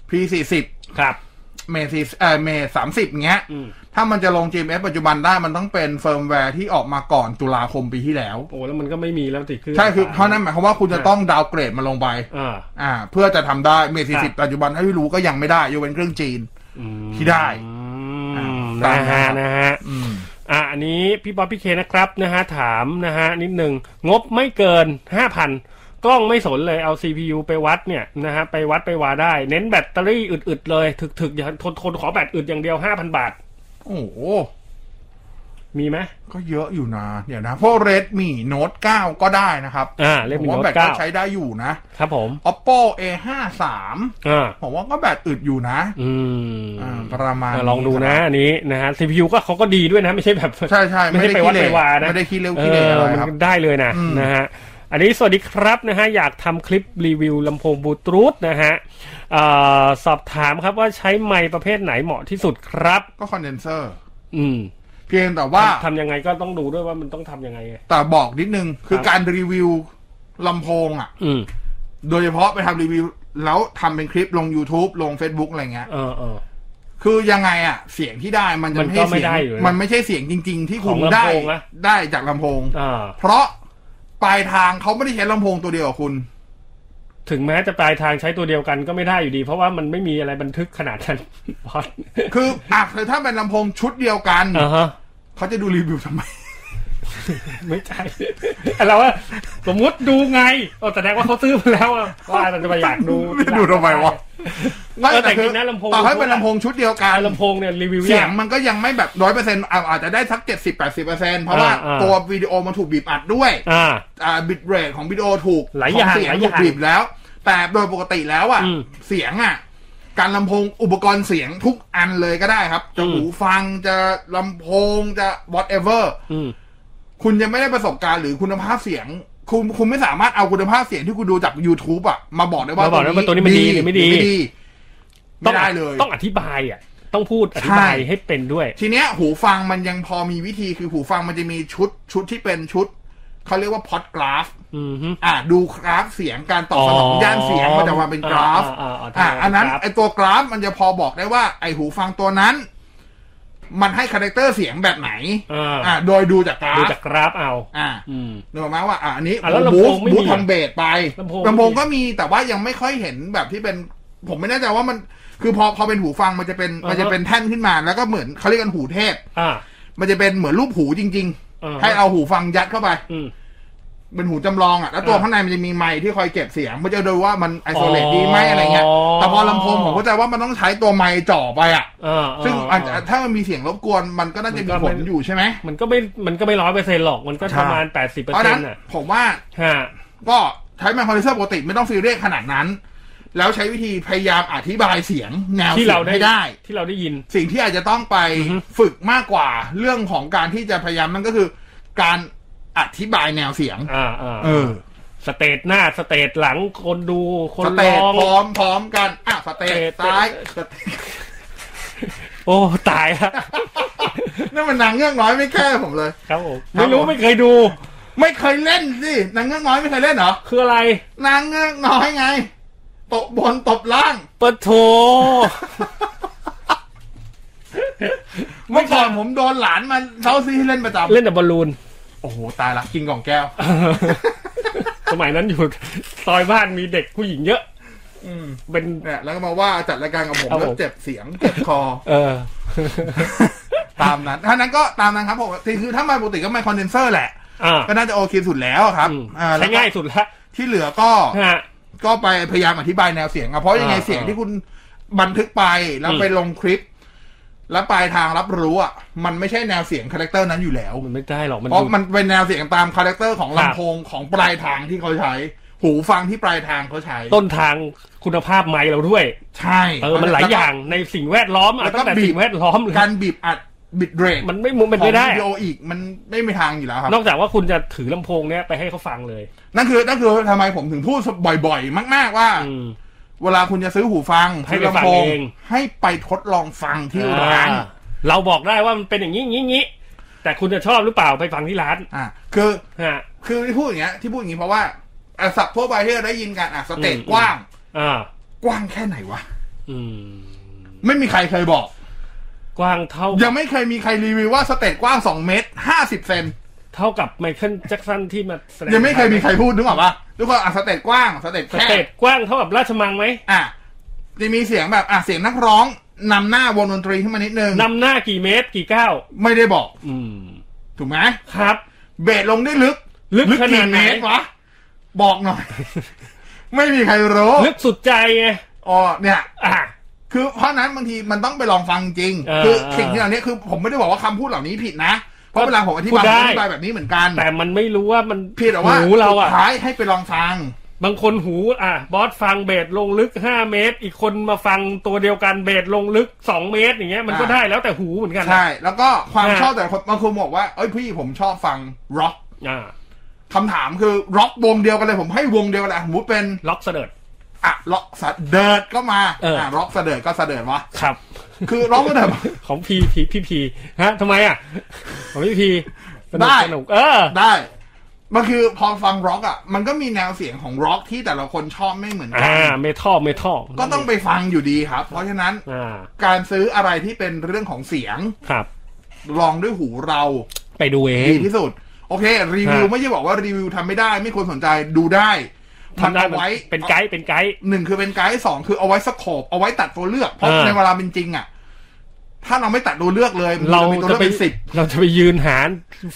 Speaker 4: P40
Speaker 2: ครับ
Speaker 4: เมซีเอ่อเมสามสิบเงี้ย
Speaker 2: อืม
Speaker 4: ถ้ามันจะลง GMS ปัจจุบันได้มันต้องเป็นเฟิร์มแวร์ที่ออกมาก่อนตุลาคมปีที่แล้ว
Speaker 2: โอ้แล้วมันก็ไม่มีแล้วติดเครื่อง
Speaker 4: ใช่คือเพราะนั้นหมายความว่าคุณจะต้องดาวน์เกรดมาลงไป
Speaker 2: อ่า
Speaker 4: อ่าเพื่อจะทำได้เม
Speaker 2: ครั
Speaker 4: สิ
Speaker 2: บ
Speaker 4: บปัจจุบันให้รู้ก็ยังไม่ได้ยกเว้นเครื่องจีน
Speaker 2: อืม
Speaker 4: ที่ได้
Speaker 2: อืม
Speaker 4: อ่า
Speaker 2: นะ
Speaker 4: ตามนั้นครับ
Speaker 2: ฮะนะฮะ
Speaker 4: อืม
Speaker 2: อ่ะอันนี้พี่ป๊อปพี่เคนะครับนะฮะถามนะฮะนิดหนึ่งงบไม่เกินห้าพันกล้องไม่สนเลยเอา CPU ไปวัดเนี่ยนะฮะไปวัดไปวาได้ เน้นแบตเตอรี่อึดๆเลยถึกๆอย่าทนทนขอแบตอึดอย่างเดียวห้าพันบาท
Speaker 4: โอ้โห
Speaker 2: มีไหม
Speaker 4: ก็เยอะอยู่นะ เดี๋ยวนะ พวก Redmi Note 9 ก็ได้นะครับ
Speaker 2: อ่าเล่ม
Speaker 4: ผม
Speaker 2: มี
Speaker 4: ว่า
Speaker 2: โน้
Speaker 4: แบ
Speaker 2: ต
Speaker 4: ตก็
Speaker 2: เก้า
Speaker 4: ใช้ได้อยู่นะ
Speaker 2: ครับผม
Speaker 4: Oppo A53
Speaker 2: อ่า
Speaker 4: ผมว่าก็แบตอึดอยู่นะ
Speaker 2: อื
Speaker 4: อ่าม ประมาณ
Speaker 2: อ่ะลองดูนะอันนี้นะฮะ CPU ก็เขาก็ดีด้วยนะไม่ใช่แบบ
Speaker 4: ใช่ใช่ๆไม่ได้
Speaker 2: ไม่ใช่ไปวั
Speaker 4: ขี้
Speaker 2: ด
Speaker 4: เห
Speaker 2: ไป
Speaker 4: ร่
Speaker 2: วานะ
Speaker 4: ไม่ได้ขี้เร็วขี้เหร่อะไรครับ
Speaker 2: มันได้เลยนะ
Speaker 4: อืม
Speaker 2: นะฮะอันนี้สวัสดีครับนะฮะอยากทำคลิปรีวิวลำโพงบลูทูธนะฮะเอ่อสอบถามครับว่าใช้ไมค์ประเภทไหนเหมาะที่สุดครับ
Speaker 4: ก็คอนเดนเซอร์
Speaker 2: อืม
Speaker 4: เพียงแต่ว่า
Speaker 2: ทำยังไงก็ต้องดูด้วยว่ามันต้องทำยังไงไง
Speaker 4: แต่บอกนิดนึง คือ
Speaker 2: ครับ
Speaker 4: การรีวิวลำโพงอ่ะ
Speaker 2: อืม
Speaker 4: โดยเฉพาะไปทำรีวิว แล้วทำเป็นคลิปลง YouTube ลง Facebook อะไรเงี้ย
Speaker 2: เออเออ
Speaker 4: คือยังไงอ่ะ เสียงที่ได้มันจะ
Speaker 2: มันก็ไม่
Speaker 4: ใช่
Speaker 2: ได้
Speaker 4: เสี
Speaker 2: อ
Speaker 4: ย
Speaker 2: ยู่แล้
Speaker 4: ง
Speaker 2: ว
Speaker 4: มันไม่ใช่เสียงจริง ๆ ที่
Speaker 2: ข
Speaker 4: คุ
Speaker 2: อ
Speaker 4: ณ
Speaker 2: งลำโพง
Speaker 4: ได้
Speaker 2: นะ
Speaker 4: ได้จากลำโพง
Speaker 2: อ่า
Speaker 4: เพราะปลายทางเขาไม่ได้ใช้ลำโพงตัวเดียวกับคุณ
Speaker 2: ถึงแม้จะปลายทางใช้ตัวเดียวกันก็ไม่ได้อยู่ดี เพราะว่ามันไม่มีอะไรบันทึกขนาดนั้น บอส
Speaker 4: คืออ่ะคือถ้าเป็นลำโพงชุดเดียวกัน
Speaker 2: อ่าฮะ
Speaker 4: เขาจะดูรีวิวทำไม
Speaker 2: ไม่ใช่ เราว่าสมมติดูไงเออแสดงว่าเขาซื้อมาแล้วอะว่าเราจะไปอยากดู
Speaker 4: ดูทำไมวะ ไม่
Speaker 2: เออแต่
Speaker 4: แต่คือ
Speaker 2: จริงนะลำโพง
Speaker 4: ต่อให้เป็นลำโพงชุดเดียวกัน
Speaker 2: ลำโพงเนี่ยรีวิว
Speaker 4: เสีย
Speaker 2: ยาง ก
Speaker 4: มันก็ยังไม่แบบร้อยเปอร์เซ็นต์อาจจะได้สักเจ็ดสิบแปดสิบเปอร์เซ็นต์เพราะว่า
Speaker 2: อ่าอ่า
Speaker 4: ตัววิดีโอมันถูกบีบอัดด้วย
Speaker 2: อ่า
Speaker 4: อ่าบิตเรทของวิดีโอถูก
Speaker 2: หลายอย่าง
Speaker 4: ขเสี
Speaker 2: หลายอ
Speaker 4: ถู
Speaker 2: ย่าง
Speaker 4: กบีบแล้ว แต่โดยปกติแล้วอ่ะ
Speaker 2: อืม
Speaker 4: เสียงอ่ะ การลำโพงอุปกรณ์เสียงทุกอันเลยก็ได้ครับ จะ
Speaker 2: อืม
Speaker 4: หูฟังจะลำโพงจะ whatever
Speaker 2: อืม
Speaker 4: คุณยังไม่ได้ประสบการณ์หรือคุณภาพเสียง คุณคุณไม่สามารถเอาคุณภาพเสียงที่คุณดูจาก YouTube อ่ะ มาบอกได้ว่า
Speaker 2: มาบอกได้ว่าตัวนี้มันดีหรือไม่ดี
Speaker 4: ไม่ได้เลย
Speaker 2: ต้องอธิบายอ่ะ ต้องพูดอธิบาย
Speaker 4: ใช่
Speaker 2: ให้เป็นด้วย
Speaker 4: ทีเนี้ยหูฟังมันยังพอมีวิธีคือหูฟังมันจะมีชุดชุดที่เป็นชุด เขาเรียกว่าพอดกราฟ
Speaker 2: อืมฮึ
Speaker 4: อ่าดูกราฟเสียงการตอบสนอ
Speaker 2: อ๋อย่
Speaker 4: งานเสียงมันจะมาเป็นกราฟ
Speaker 2: อ่าอ่าอ่า
Speaker 4: อ่าอันนั้น
Speaker 2: กราฟ
Speaker 4: ไอตัวกราฟมันจะพอบอกได้ว่า ไอหูฟังตัวนั้น มันให้คาแรคเตอร์เสียงแบบไหน
Speaker 2: อ่า
Speaker 4: อ่าโดยดูจากกรา
Speaker 2: ดู
Speaker 4: ฟ
Speaker 2: จากกราฟเอา
Speaker 4: อ่า
Speaker 2: อืม
Speaker 4: นึกออกไหมว่าอ่าอันนี้
Speaker 2: อ่ะแล้วลำโพ
Speaker 4: บู
Speaker 2: ง
Speaker 4: ท
Speaker 2: ไม่มี
Speaker 4: บูททางเบสไป
Speaker 2: ลำโพง
Speaker 4: ลำโพงก็มีแต่ว่ายังไม่ค่อยเห็นแบบที่เป็น ผมไม่แน่ใจว่ามัน คือพอพอเป็นหูฟังมันจะเป็นมันจะเป็นแท่นขึ้นมา แล้วก็เหมือนเขาเรียกกันหูเทพ
Speaker 2: อ่า
Speaker 4: มันจะเป็นเหมือนรูปหูจริง
Speaker 2: อ่า
Speaker 4: ๆ ให้เอาหูฟังยัดเข้าไป
Speaker 2: อืม
Speaker 4: เป็นหูจำลองอ่ะ แล้วตัว
Speaker 2: อ่า
Speaker 4: ข้างในมันจะมีไมค์ที่คอยเก็บเสียงมันจะดูว่ามันไอโซเลตดีไหมอะไรเงี้ย
Speaker 2: อ๋อ
Speaker 4: แต่พอลำโพงผมเข้าใจว่ามันต้องใช้ตัวไมค์จ่อไปอ่ะ
Speaker 2: เออเออ
Speaker 4: ซึ่ง
Speaker 2: เออ
Speaker 4: อาจจะถ้ามันมีเสียงรบกวนมันก็น่าจะมีผลอยู่ใช่ไหม
Speaker 2: มันก็ไม่ มันก็ไม่ร้อยเปอร์เซ็นต์หรอก มันก็
Speaker 4: ใช่
Speaker 2: ประมาณแปดสิบเปอ
Speaker 4: เพ
Speaker 2: ร์
Speaker 4: ราะฉะ
Speaker 2: เซ็น
Speaker 4: นั้น
Speaker 2: ต์อ่ะ
Speaker 4: ผมว่า
Speaker 2: ฮะ
Speaker 4: ก็ใช้ไมโครเลเซอร์ปกติไม่ต้องซีเรียสขนาดนั้น แล้วใช้วิธีพยายามอธิบายเสียงแนว
Speaker 2: ที่
Speaker 4: เสีย
Speaker 2: เรา
Speaker 4: ง
Speaker 2: ได้
Speaker 4: ให้ได้
Speaker 2: ที่เราได้ยิน
Speaker 4: สิ่งที่อาจจะต้องไป
Speaker 2: อือฮึ
Speaker 4: ฝึกมากกว่าเรื่องของการที่จะพยายามนั่นก็คือ การอธิบายแนวเสียง
Speaker 2: อ่าอ่า
Speaker 4: เออ
Speaker 2: สเตจหน้า สเตจหลัง คนดู คน
Speaker 4: สเตจ
Speaker 2: ร้อง
Speaker 4: พร้อมพร้อมกัน อ่ะ สเตจ
Speaker 2: สเตจ
Speaker 4: ซ้ายสเตจ
Speaker 2: โอ้ ตายละ
Speaker 4: นั่นมันนางเงือกน้อยไม่แค่ผมเลย
Speaker 2: ครับผม
Speaker 4: ครับ
Speaker 2: ไม่รู้
Speaker 4: ผม
Speaker 2: ไม่เคยดู
Speaker 4: ไม่เคยเล่นสินางเงือกน้อยไม่เคยเล่นเหรอ
Speaker 2: คืออะไร
Speaker 4: นางเงือกน้อยไง ตบบนตบล่าง
Speaker 2: ปะโถ
Speaker 4: เมื่อก่อนผมโดนหลานมันเซาซีให้เล่นประจ
Speaker 2: เล่นแต่บอลลูน
Speaker 4: ำโอ้โห ตายละกินกล่องแก้ว
Speaker 2: สมัยนั้นอยู่ ซอยบ้านมีเด็กผู้หญิงเยอะ
Speaker 4: อืม
Speaker 2: เป็น
Speaker 4: เนี่ยแล้วก็มาว่าจัดรายการกับผม
Speaker 2: ครับผม
Speaker 4: แล้วเจ็บเสียงเจ็บคอ
Speaker 2: เออ
Speaker 4: ตามนั้นถ้านั้นก็ตามนั้นครับผมคือถ้ามาปกติก็ไม่คอนเดนเซอร์แหละ
Speaker 2: อ่า
Speaker 4: ก็น่าจะโอเคสุดแล้วครับ
Speaker 2: อืม
Speaker 4: อ่าแล้
Speaker 2: ใช้
Speaker 4: วก็
Speaker 2: ง่ายสุดละ
Speaker 4: ที่เหลือก็
Speaker 2: ฮะ
Speaker 4: ก็ไปพยายามอธิบายแนวเสียงอะเพราะยังไง
Speaker 2: อ่า
Speaker 4: เสียงที่คุณบันทึกไปแล้ว
Speaker 2: อืม
Speaker 4: ไปลงคลิป แล้วปลายทางรับรู้อ่ะมันไม่ใช่แนวเสียงคาแรคเตอร์นั้นอยู่แล้ว
Speaker 2: มันไม่ได้หรอกมัน
Speaker 4: เพราะ
Speaker 2: ดู
Speaker 4: มันเป็นแนวเสียงตามคาแรคเตอร์ของ
Speaker 2: ครับ
Speaker 4: ลำโพงของปลายทางที่เขาใช้ หูฟังที่ปลายทางเขาใช้
Speaker 2: ต้นทางคุณภาพไมค์เราด้วย
Speaker 4: ใช่
Speaker 2: เออ มันหลาย
Speaker 4: แวก็
Speaker 2: อย่างในสิ่งแวดล้อม
Speaker 4: แล้ว
Speaker 2: อ่ะ
Speaker 4: ก็
Speaker 2: ตั้งแต่
Speaker 4: บีบ
Speaker 2: สิ่งแวดล้อมเลย
Speaker 4: การบีบอัดบิดเรท
Speaker 2: มันไม่มุมมันไม่ได้
Speaker 4: วิดีโออีกมันไม่มีทางอยู่แล้วครับ
Speaker 2: นอกจากว่าคุณจะถือลำโพงเนี้ยไปให้เขาฟังเลย
Speaker 4: นั่นคือนั่นคือทำไมผมถึงพูดบ่อยๆ มาก ๆว่า
Speaker 2: อืม
Speaker 4: เวลาคุณจะซื้อหูฟัง
Speaker 2: ให้
Speaker 4: ซื้อ
Speaker 2: ไปฟั
Speaker 4: ลำ
Speaker 2: ง
Speaker 4: โพง
Speaker 2: เอง
Speaker 4: ให้ไปทดลองฟังที่ร้าน
Speaker 2: อ่เราบอกได้ว่ามันเป็นอย่างนี้อย่างนี้อย่างนี้ แต่คุณจะชอบหรือเปล่าไปฟังที่ร้าน
Speaker 4: อ่ะคือ
Speaker 2: ฮะ
Speaker 4: คือที่พูดอย่างเงี้ยที่พูดอย่างงี้เพราะว่าอ่ะศัพท์ทั่วไปที่เราได้ยินกันอ่ะสเตจ
Speaker 2: อืม
Speaker 4: กว้าง
Speaker 2: อ่าก
Speaker 4: ว้างแค่ไหนวะ
Speaker 2: อืม
Speaker 4: ไม่มีใครเคยบอก
Speaker 2: กว้างเท่า
Speaker 4: ยังไม่เคยมีใครรีวิวว่าสเตจกว้าง 2 เมตร 50 เซน
Speaker 2: เท่ากับไมเคิลแจ็คสันที่มาแสดง
Speaker 4: ยังไม่เคยมีใครพูดนึกออกปะทุกคนอ่ะสเตจกว้างสเตจ
Speaker 2: ส
Speaker 4: แค
Speaker 2: เต
Speaker 4: บ
Speaker 2: จกว้างเท่ากับราชมังไหม
Speaker 4: อ่ะจะมีเสียงแบบอ่ะเสียงนักร้องนำหน้าวงดนตรีขึ้นมานิดนึง
Speaker 2: นำหน้ากี่เมตรกี่ก้าว
Speaker 4: ไม่ได้บอก
Speaker 2: อืม
Speaker 4: ถูกไหม
Speaker 2: ครับ
Speaker 4: เบสลงได้ลึก
Speaker 2: ลึกขนาดไหน
Speaker 4: เมตรวะบอกหน่อย ไม่มีใครรู้
Speaker 2: ลึกสุดใจไง
Speaker 4: อ๋อเนี่ย
Speaker 2: อ่ะ
Speaker 4: คือเพราะนั้นบางทีมันต้องไปลองฟังจริง
Speaker 2: เออ
Speaker 4: คือสิ่งที่เราเนี้ยคือผมไม่ได้บอกว่าคำพูดเหล่านี้ผิดนะ เพราะเวลาผมอธิบาย
Speaker 2: พูด
Speaker 4: ผมอธิ
Speaker 2: ได้
Speaker 4: บายแบบนี้เหมือนกัน
Speaker 2: แต่มันไม่รู้ว่ามัน
Speaker 4: เพียงแต่ว่า
Speaker 2: หูเราอ่ะ
Speaker 4: สุดท้ายให้ไปลองฟัง
Speaker 2: บางคนหูอ่ะบอสฟังเบสลงลึกห้าเมตร อีกคนมาฟังตัวเดียวกันเบสลงลึกสองเมตรอย่างเงี้ยมันก็
Speaker 4: อ่า
Speaker 2: ได้แล้วแต่หูเหมือนกันนะ
Speaker 4: ใช่ แล้วก็ความ
Speaker 2: อ่า
Speaker 4: ชอบแต่ละคนบางคนบอกว่าเอ้ยพี่ผมชอบฟังร็อก
Speaker 2: อ่า
Speaker 4: คำถามคือร็อกวงเดียวกันเลย ผมให้วงเดียวกันเลยสมมติเป็น
Speaker 2: ล็อกเสด็จ
Speaker 4: อ่ะร็อกสะเดิร์ดก็มา
Speaker 2: เอออ่
Speaker 4: ะร็อกสะเดิร์ดก็สะเดิร์ดวะ
Speaker 2: ครับ
Speaker 4: คือร็อกก็เดิร์ด
Speaker 2: ของพีพีพี่พีฮะทำไมอ่ะของพี่พีสนุ
Speaker 4: ได้
Speaker 2: กสนุกเออ
Speaker 4: ได้ มันคือพอฟังร็อกอ่ะมันก็มีแนวเสียงของร็อกที่แต่ละคนชอบไม่เหมือนกั
Speaker 2: อ่า เมทัลเมทัล
Speaker 4: ก็ต้องไปฟังอยู่ดีครับ เพราะฉะนั้น
Speaker 2: อ่า
Speaker 4: การซื้ออะไรที่เป็นเรื่องของเสียง
Speaker 2: ครับ
Speaker 4: ลองด้วยหูเรา
Speaker 2: ไปดูเอ
Speaker 4: ดี
Speaker 2: ง
Speaker 4: ที่สุด โอเค รีวิว
Speaker 2: ฮะ
Speaker 4: ไม่ใช่บอกว่ารีวิวทำไม่ได้ไม่ควรสนใจดูได้มัน
Speaker 2: ทำได้
Speaker 4: เอา
Speaker 2: มัน
Speaker 4: ไว้
Speaker 2: เป็นไกด์เป็นไกด์
Speaker 4: หนึ่งคือเป็นไกด์สองคือเอาไว้สโคบเอาไว้ตัดตัวเลือก เพราะ
Speaker 2: อ่า
Speaker 4: ในเวลาเป็นจริงอ่ะ ถ้าเราไม่ตัดตัวเลือกเลยมัน
Speaker 2: เรา
Speaker 4: จะมีตัวเลือ
Speaker 2: จะ
Speaker 4: ก
Speaker 2: ไป
Speaker 4: เป็นสิบ
Speaker 2: เราจะไปยืนหาร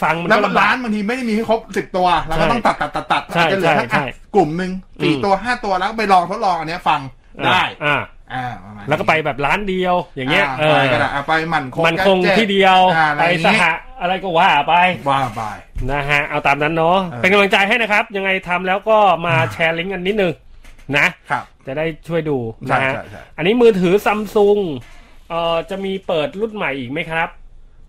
Speaker 2: ฟังมัน
Speaker 4: แล้ว
Speaker 2: ก็ลำบา
Speaker 4: ร้าก นบางทีไม่ได้มีให้ครบสิบตัวเราก็
Speaker 2: ใช่
Speaker 4: ต้องตัดตัดตัดตัด
Speaker 2: ใช่
Speaker 4: อาจจะเหลือทั้ง
Speaker 2: ใช่
Speaker 4: อ่ะ
Speaker 2: ใช่
Speaker 4: กลุ่มหนึ่งสี่
Speaker 2: อืม
Speaker 4: ตัวห้าตัวแล้วไปลองทดลองอันเนี้ยฟังได้
Speaker 2: อ่า
Speaker 4: อ่าประมาณนี้
Speaker 2: แล้วก็ไปแบบร้านเดียวอย่างเงี้ยเอ
Speaker 4: ไป
Speaker 2: อ
Speaker 4: ก็ได้อ่ะไปหมันคง
Speaker 2: มันคง
Speaker 4: แจ็ค
Speaker 2: ที่เดียว
Speaker 4: อ่าอะ
Speaker 2: ไป
Speaker 4: รอย่าง
Speaker 2: ส
Speaker 4: งี้
Speaker 2: หะอะไรก็ว่าไป
Speaker 4: ว่าไป
Speaker 2: นะฮะ เอาตามนั้นเนาะ
Speaker 4: เออ
Speaker 2: เป็นกำลังใจให้นะครับ ยังไงทำแล้วก็มาแชร์ลิงก์กันนิดนึงนะ
Speaker 4: ครับ
Speaker 2: จะได้ช่วยดู
Speaker 4: ใช่
Speaker 2: นะฮะ
Speaker 4: ใช่ใช่
Speaker 2: อันนี้มือถือซัมซุงเอ่อจะมีเปิดรุ่นใหม่อีกไหมครับ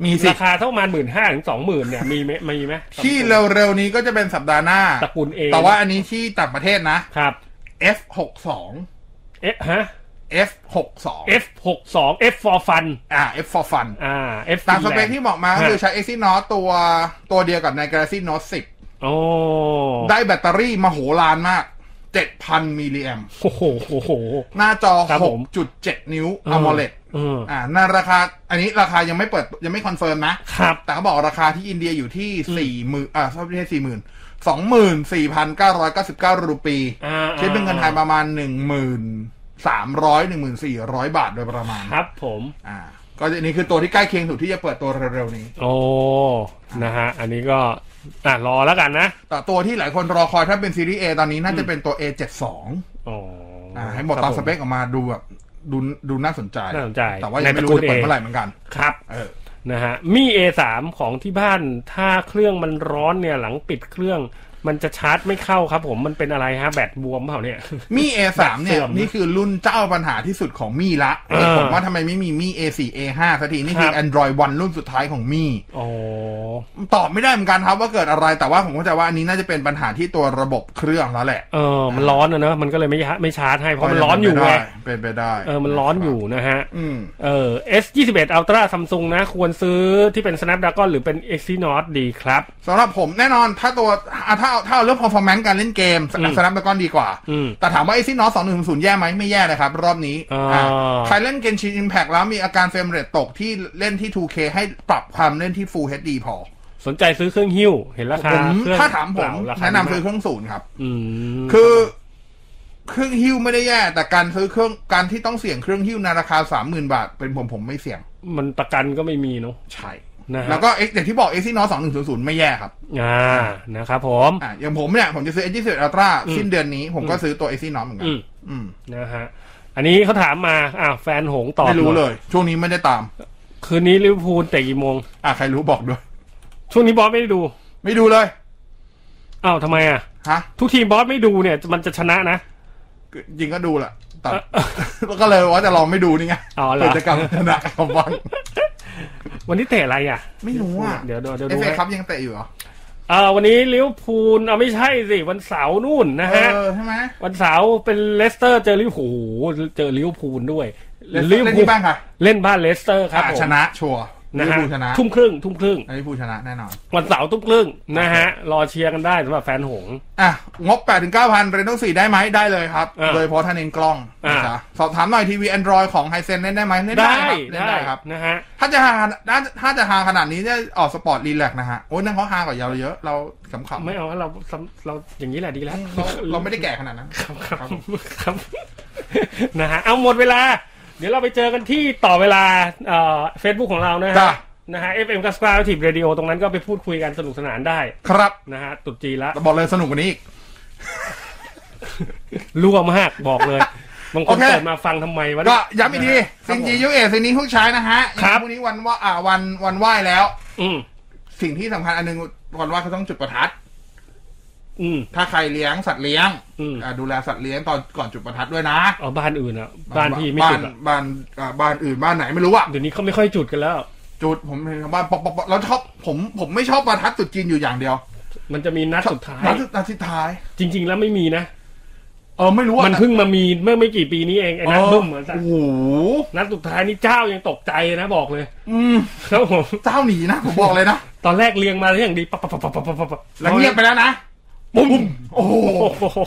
Speaker 4: มีสิ
Speaker 2: ราคาเท่าประมาณหมื่นห้าถึงสองหมื่นเนี่ยมีไหมมีไหม
Speaker 4: ที่เร็วๆนี้ก็จะเป็นสัปดาห์หน้า
Speaker 2: ตระกูลเอง
Speaker 4: แต่ว่าอันนี้ที่ต่างประเทศนะ
Speaker 2: ครับ
Speaker 4: F62
Speaker 2: เอ๊ะฮะ
Speaker 4: F62
Speaker 2: F หกสอง F for fun
Speaker 4: อ่า F for fun
Speaker 2: อ่า F
Speaker 4: ตามสเปคที่เหมาะมาก็คือใช้ Exynos ตัวตัวเดียวกับใน Galaxy Note
Speaker 2: โอ้
Speaker 4: 10 ได้แบตเตอรี่มโหฬารมาก 7,000 มิลลิแอม
Speaker 2: โอ้โหโอ้โห
Speaker 4: หน้าจอ
Speaker 2: ครับผม
Speaker 4: 6.7 นิ้ว AMOLED
Speaker 2: เออ
Speaker 4: อ่าหน้าราคา อันนี้ราคายังไม่เปิดยังไม่คอนเฟิร์มนะ
Speaker 2: ครับ
Speaker 4: แต่เขาบอกราคาที่อินเดียอยู่ที่สี่หมื่นอ่าไม่ใช่สี่หมื่นสองหมื่นสี่พันเก้าร้อยเก้าสิบเก้ารูปี
Speaker 2: อ่า
Speaker 4: คิดเป็นเงินไทยประมาณหนึ่งหมื่นสามร้อยหนึ่งหมื่นสี่ร้อยบาทโดยประมาณ
Speaker 2: ครับผม
Speaker 4: อ่า ก็อันนี้คือตัวที่ใกล้เคียงสุดที่จะเปิดตัวเร็วๆนี้
Speaker 2: โอ้ นะฮะ อันนี้ก็ อ่ะรอแล้วกันนะ
Speaker 4: แต่ตัวที่หลายคนรอคอยถ้าเป็นซีรีส์ A ตอนนี้น่าจะเป็นตัว A72
Speaker 2: อ๋ออ
Speaker 4: อ่าให้หมดตามสเปค
Speaker 2: ค
Speaker 4: ออกมาดูแบบดูดูน่าสนใจ
Speaker 2: น่าสนใจ
Speaker 4: แต่ว่ายังไม่รู้
Speaker 2: ในตระกูล
Speaker 4: จะเปิด
Speaker 2: A
Speaker 4: เมื่อไหร่เหมือนกัน
Speaker 2: ครับ
Speaker 4: เออ
Speaker 2: นะฮะมี A3 ของที่บ้านถ้าเครื่องมันร้อนเนี่ยหลังปิดเครื่อง มันจะชาร์จไม่เข้าครับผมมันเป็นอะไรฮะแบตบวมเปล่าเนี่ย
Speaker 4: มี A3 เนี่ย
Speaker 2: เสื่อม
Speaker 4: นี่คือรุ่นเจ้าปัญหาที่สุดของมีละ
Speaker 2: เออ
Speaker 4: ผมว่าทำไมไม่มีมี A4 A5 สักที นี่คือ
Speaker 2: ครับ
Speaker 4: Android One รุ่นสุดท้ ายของมี
Speaker 2: อ๋อ
Speaker 4: ตอบไม่ได้เหมือนกันครับว่าเกิดอะไรแต่ว่าผมเข้าใจว่าอันนี้น่าจะเป็นปัญหาที่ตัวระบบเครื่องแล้วแหละ
Speaker 2: เออ มันร้อนนะเนอะมันก็เลยไม่ยะไม่ชาร์จให้เพราะมันร้อนอยู่ไง
Speaker 4: เป็นไปได้
Speaker 2: เออมันร้อนอยู่นะฮะ
Speaker 4: อืม
Speaker 2: เออ S 2 1 Ultra Samsung นะ ควรซื้อที่เป็น Snapdragon หรือเป็น Exynos ดีครับ
Speaker 4: สำหรับผมแน่นอนถ้าตัวอ่ะถ้าถ้าเอาเรื่อง performance การเล่นเกมสนับสนับก้อนดีกว่า
Speaker 2: อืม
Speaker 4: แต่ถามว่าไอซีนอสองหนึ่งศูนย์แย่ไหมไม่แย่เลยครับ รอบนี้
Speaker 2: อ่า
Speaker 4: อ่ะใครเล่นเกมชินอิมแพ t แล้วมีอาการเฟรมเรทตกที่เล่นที่ 2K ให้ปรับความเล่นที่ Full HD พอ
Speaker 2: สนใจซื้อเครื่องหิ้ว เห็นราคา
Speaker 4: ผม
Speaker 2: เครื่อง
Speaker 4: ถ้าถามผม
Speaker 2: เปล่ร
Speaker 4: แนะนำซื้อเค
Speaker 2: ดีมาก
Speaker 4: รื่องศูนย์ครับ
Speaker 2: อืม
Speaker 4: คือเครื่องฮิ้วไม่ได้แย่ แต่การซื้อเครื่องการที่ต้องเสี่ยงเครื่องฮิ้วในราคาสามหมื่นบาท เป็นผมผมไม่เสี่ยง
Speaker 2: มันประกันก็ไม่มีเนาะ
Speaker 4: ใช่
Speaker 2: นะฮะ
Speaker 4: แล้วก็เอ็กอย่างที่บอกเอ็กซีนอสองหนึ่งศูนย์ไม่แย่ครับ
Speaker 2: อ่านะครับผม
Speaker 4: อ่ะอย่างผมเนี่ย ผมจะซื้อ S21 Ultra สิ้นเดือนนี้ ผมก็ซื้อตัว a อซี่น้อเหมือนกั
Speaker 2: อื
Speaker 4: น
Speaker 2: ม
Speaker 4: อืม
Speaker 2: นะฮะ อันนี้เขาถามมา อ่าแฟนหงส์ตอบ
Speaker 4: ไม่รู้
Speaker 2: หน่อ
Speaker 4: เลย ช่วงนี้ไม่ได้ตาม
Speaker 2: คืนนี้ลิเวอร์พูลแต่กี่โมง
Speaker 4: อ่ะ ใครรู้บอกด้วย
Speaker 2: ช่วงนี้บอสไม่ได้ดู
Speaker 4: ไม่ดูเลย
Speaker 2: อ้าวทำไมอ่ะ
Speaker 4: ฮะ
Speaker 2: ทุกทีมบอสไม่ดูเนี่ย มันจะชนะนะ
Speaker 4: จริงก็ดูแหละแต่
Speaker 2: เออ
Speaker 4: ก็เลยว่าจะลองไม่ดูนี่ไง
Speaker 2: อ๋อเหรอ
Speaker 4: กิจกรรมชนะกับบ้าง
Speaker 2: วันนี้เตะอะไรอ่ะ
Speaker 4: ไม่รู้อ่ะ
Speaker 2: เดี๋ยวเดี๋ยวเดี๋ยว
Speaker 4: เอ
Speaker 2: ดู
Speaker 4: ฟเอ
Speaker 2: ให้
Speaker 4: ครับยังเตะอยู่เหรอ
Speaker 2: เอ่าวันนี้ลิเวอร์พูลเอาไม่ใช่สิวันเสาร์นู่นนะ
Speaker 4: เอ
Speaker 2: ฮะ
Speaker 4: อ ใช่ไหม
Speaker 2: วันเสาร์เป็นเลสเตอร์เจอลิเวอร์พูลเจอลิเวอร์พูลด้วย
Speaker 4: เล่น
Speaker 2: ลิเวอร์พูล
Speaker 4: ที่บ้านค่ะ
Speaker 2: เล่นบ้านเลสเตอร์ครับ
Speaker 4: อ่ะ
Speaker 2: ผม
Speaker 4: ชนะชัวร์ลิ
Speaker 2: นะ
Speaker 4: เวอร์
Speaker 2: ฮะ
Speaker 4: พูลชนะ
Speaker 2: ทุ่มครึ่งทุ่มครึ่ง
Speaker 4: ลิเวอร์พูลชนะแน่นอน
Speaker 2: วันเสาร์ทุ่มครึ่งนะฮะรอเชียร์กันได้สำหรับแฟนหงส์
Speaker 4: อ่ะ งบ 8 9 0 0 0เรโนสี่ได้ไหมได้เลยครับ
Speaker 2: อ่า
Speaker 4: โดยเฉพาะท่านเองกล้อง
Speaker 2: อ่าน
Speaker 4: ะสอบถามหน่อยทีวี Android ของไฮเซนเล่นได้ไหมเล่นได้ค
Speaker 2: ได้
Speaker 4: รับเล่นได้ครับ
Speaker 2: นะฮะ
Speaker 4: ถ้าจะฮาถ้าถ้าจะฮาขนาดนี้เนี่ยออกสปอร์ตรีแลกซ์นะฮะ โอ้ยนั่นเขาฮากว่าเราเยอะ เราขำขำ
Speaker 2: ไม่เอาเราซ้ำเราอย่างนี้แหละดีแล้ว
Speaker 4: เราเราไม่ได้แก่ขนาดนั้น
Speaker 2: ครับครับครับ นะฮะเอาหมดเวลา เดี๋ยวเราไปเจอกันที่ต่อเวลาเฟซบุ๊กของเรานะฮะ
Speaker 4: จ้ะ
Speaker 2: นะฮะ FM g a s p a r Active Radio ตรงนั้นก็ไปพูดคุยกันสนุกสนานได้
Speaker 4: ครับ
Speaker 2: นะฮะตรุดจีนละ
Speaker 4: แต่บอกเลยสนุกกว่านี้อีก
Speaker 2: รั่วมากบอก เลยบางค
Speaker 4: โอน เค
Speaker 2: เปิดมาฟังทำไมวะ
Speaker 4: ก็
Speaker 2: เนี่ย
Speaker 4: ย้ำอีกที
Speaker 2: ครับ
Speaker 4: สิ่งจียูเอสิ่งนี้ทุกใช้นะฮะ
Speaker 2: ครับ
Speaker 4: พรุ่งนี้วันว่าอ่าวันวันไหว้แล้ว
Speaker 2: อืม
Speaker 4: สิ่งที่สำคัญอันหนึงวันไหว้เขาต้องจุดประทัด
Speaker 2: อืม
Speaker 4: ถ้าใครเลี้ยงสัตว์เลี้ยง
Speaker 2: อืม
Speaker 4: อ่าดูแลสัตว์เลี้ยงตอนก่อนจุดประทัดด้วยนะ
Speaker 2: เอาบ้านอื่นอ่ะ บ้านที่ไม่
Speaker 4: บ้า
Speaker 2: จุ
Speaker 4: น
Speaker 2: ดอะ
Speaker 4: บ้านอ่าบ้านอื่นบ้านไหนไม่รู้อะ
Speaker 2: เดี๋ยวนี้เขาไม่ค่อยจุดกันแล้ว
Speaker 4: จุดผมเห็นชาวบ้านปอกปอกปอกแล้วชอบผมผมไม่ชอบประทัดจุดจีนอยู่อย่างเดียว
Speaker 2: มันจะมีนัดสุดท้าย
Speaker 4: นัดนัดสุดท้าย
Speaker 2: จริง ๆ แล้วไม่มีนะ
Speaker 4: เออไม่รู้อะ
Speaker 2: มันเพิ่งมามีเมื่อไม่กี่ปีนี้เองไอ้นัดบึ้มเหมือนสัต
Speaker 4: โอ้
Speaker 2: ว์
Speaker 4: โห
Speaker 2: นัดสุดท้ายนี่เจ้ายังตกใจนะบอกเลย
Speaker 4: อืม
Speaker 2: ครับผม
Speaker 4: เจ้าหนีนะผมบอกเลยนะ
Speaker 2: ตอนแรกเรียงมาแล้วอย่างดีปั๊บปั๊บปั๊บปั๊บปั๊บปั๊บ
Speaker 4: แล้วเงียบไปแล้วนะปุ้มโอ้โห
Speaker 2: โอ้โห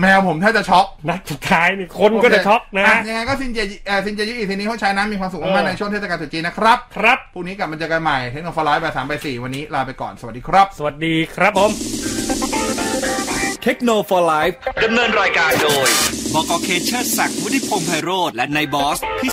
Speaker 4: แมวผมแทบจะช็อก
Speaker 2: นัดสุดท้ายนี่คนก็จะช็อกนะ
Speaker 4: อ่
Speaker 2: ฮะ
Speaker 4: ยังไงก็ซินเจยเอ่อซินเจยยุอีทีนี้เขาใช้น้ำมีความสุข
Speaker 2: เอ
Speaker 4: มาก
Speaker 2: อ
Speaker 4: ๆในช่วงเทศกาลตรุษจีนนะครับ
Speaker 2: ครับ
Speaker 4: พรุ่งนี้กลับมาเจอกันใหม่เทคโนโลยีบ่ายสามบ่ายสี่วันนี้ลาไปก่อนสวัสดีครับ
Speaker 2: สวัสดีครับผม
Speaker 1: เทคโนโลยีไลฟ์
Speaker 3: ดำเนินรายการโดย
Speaker 1: บอกเคเชอร์ศักดิ์วุฒิพงษ์ไพโรธและนายบอสพิ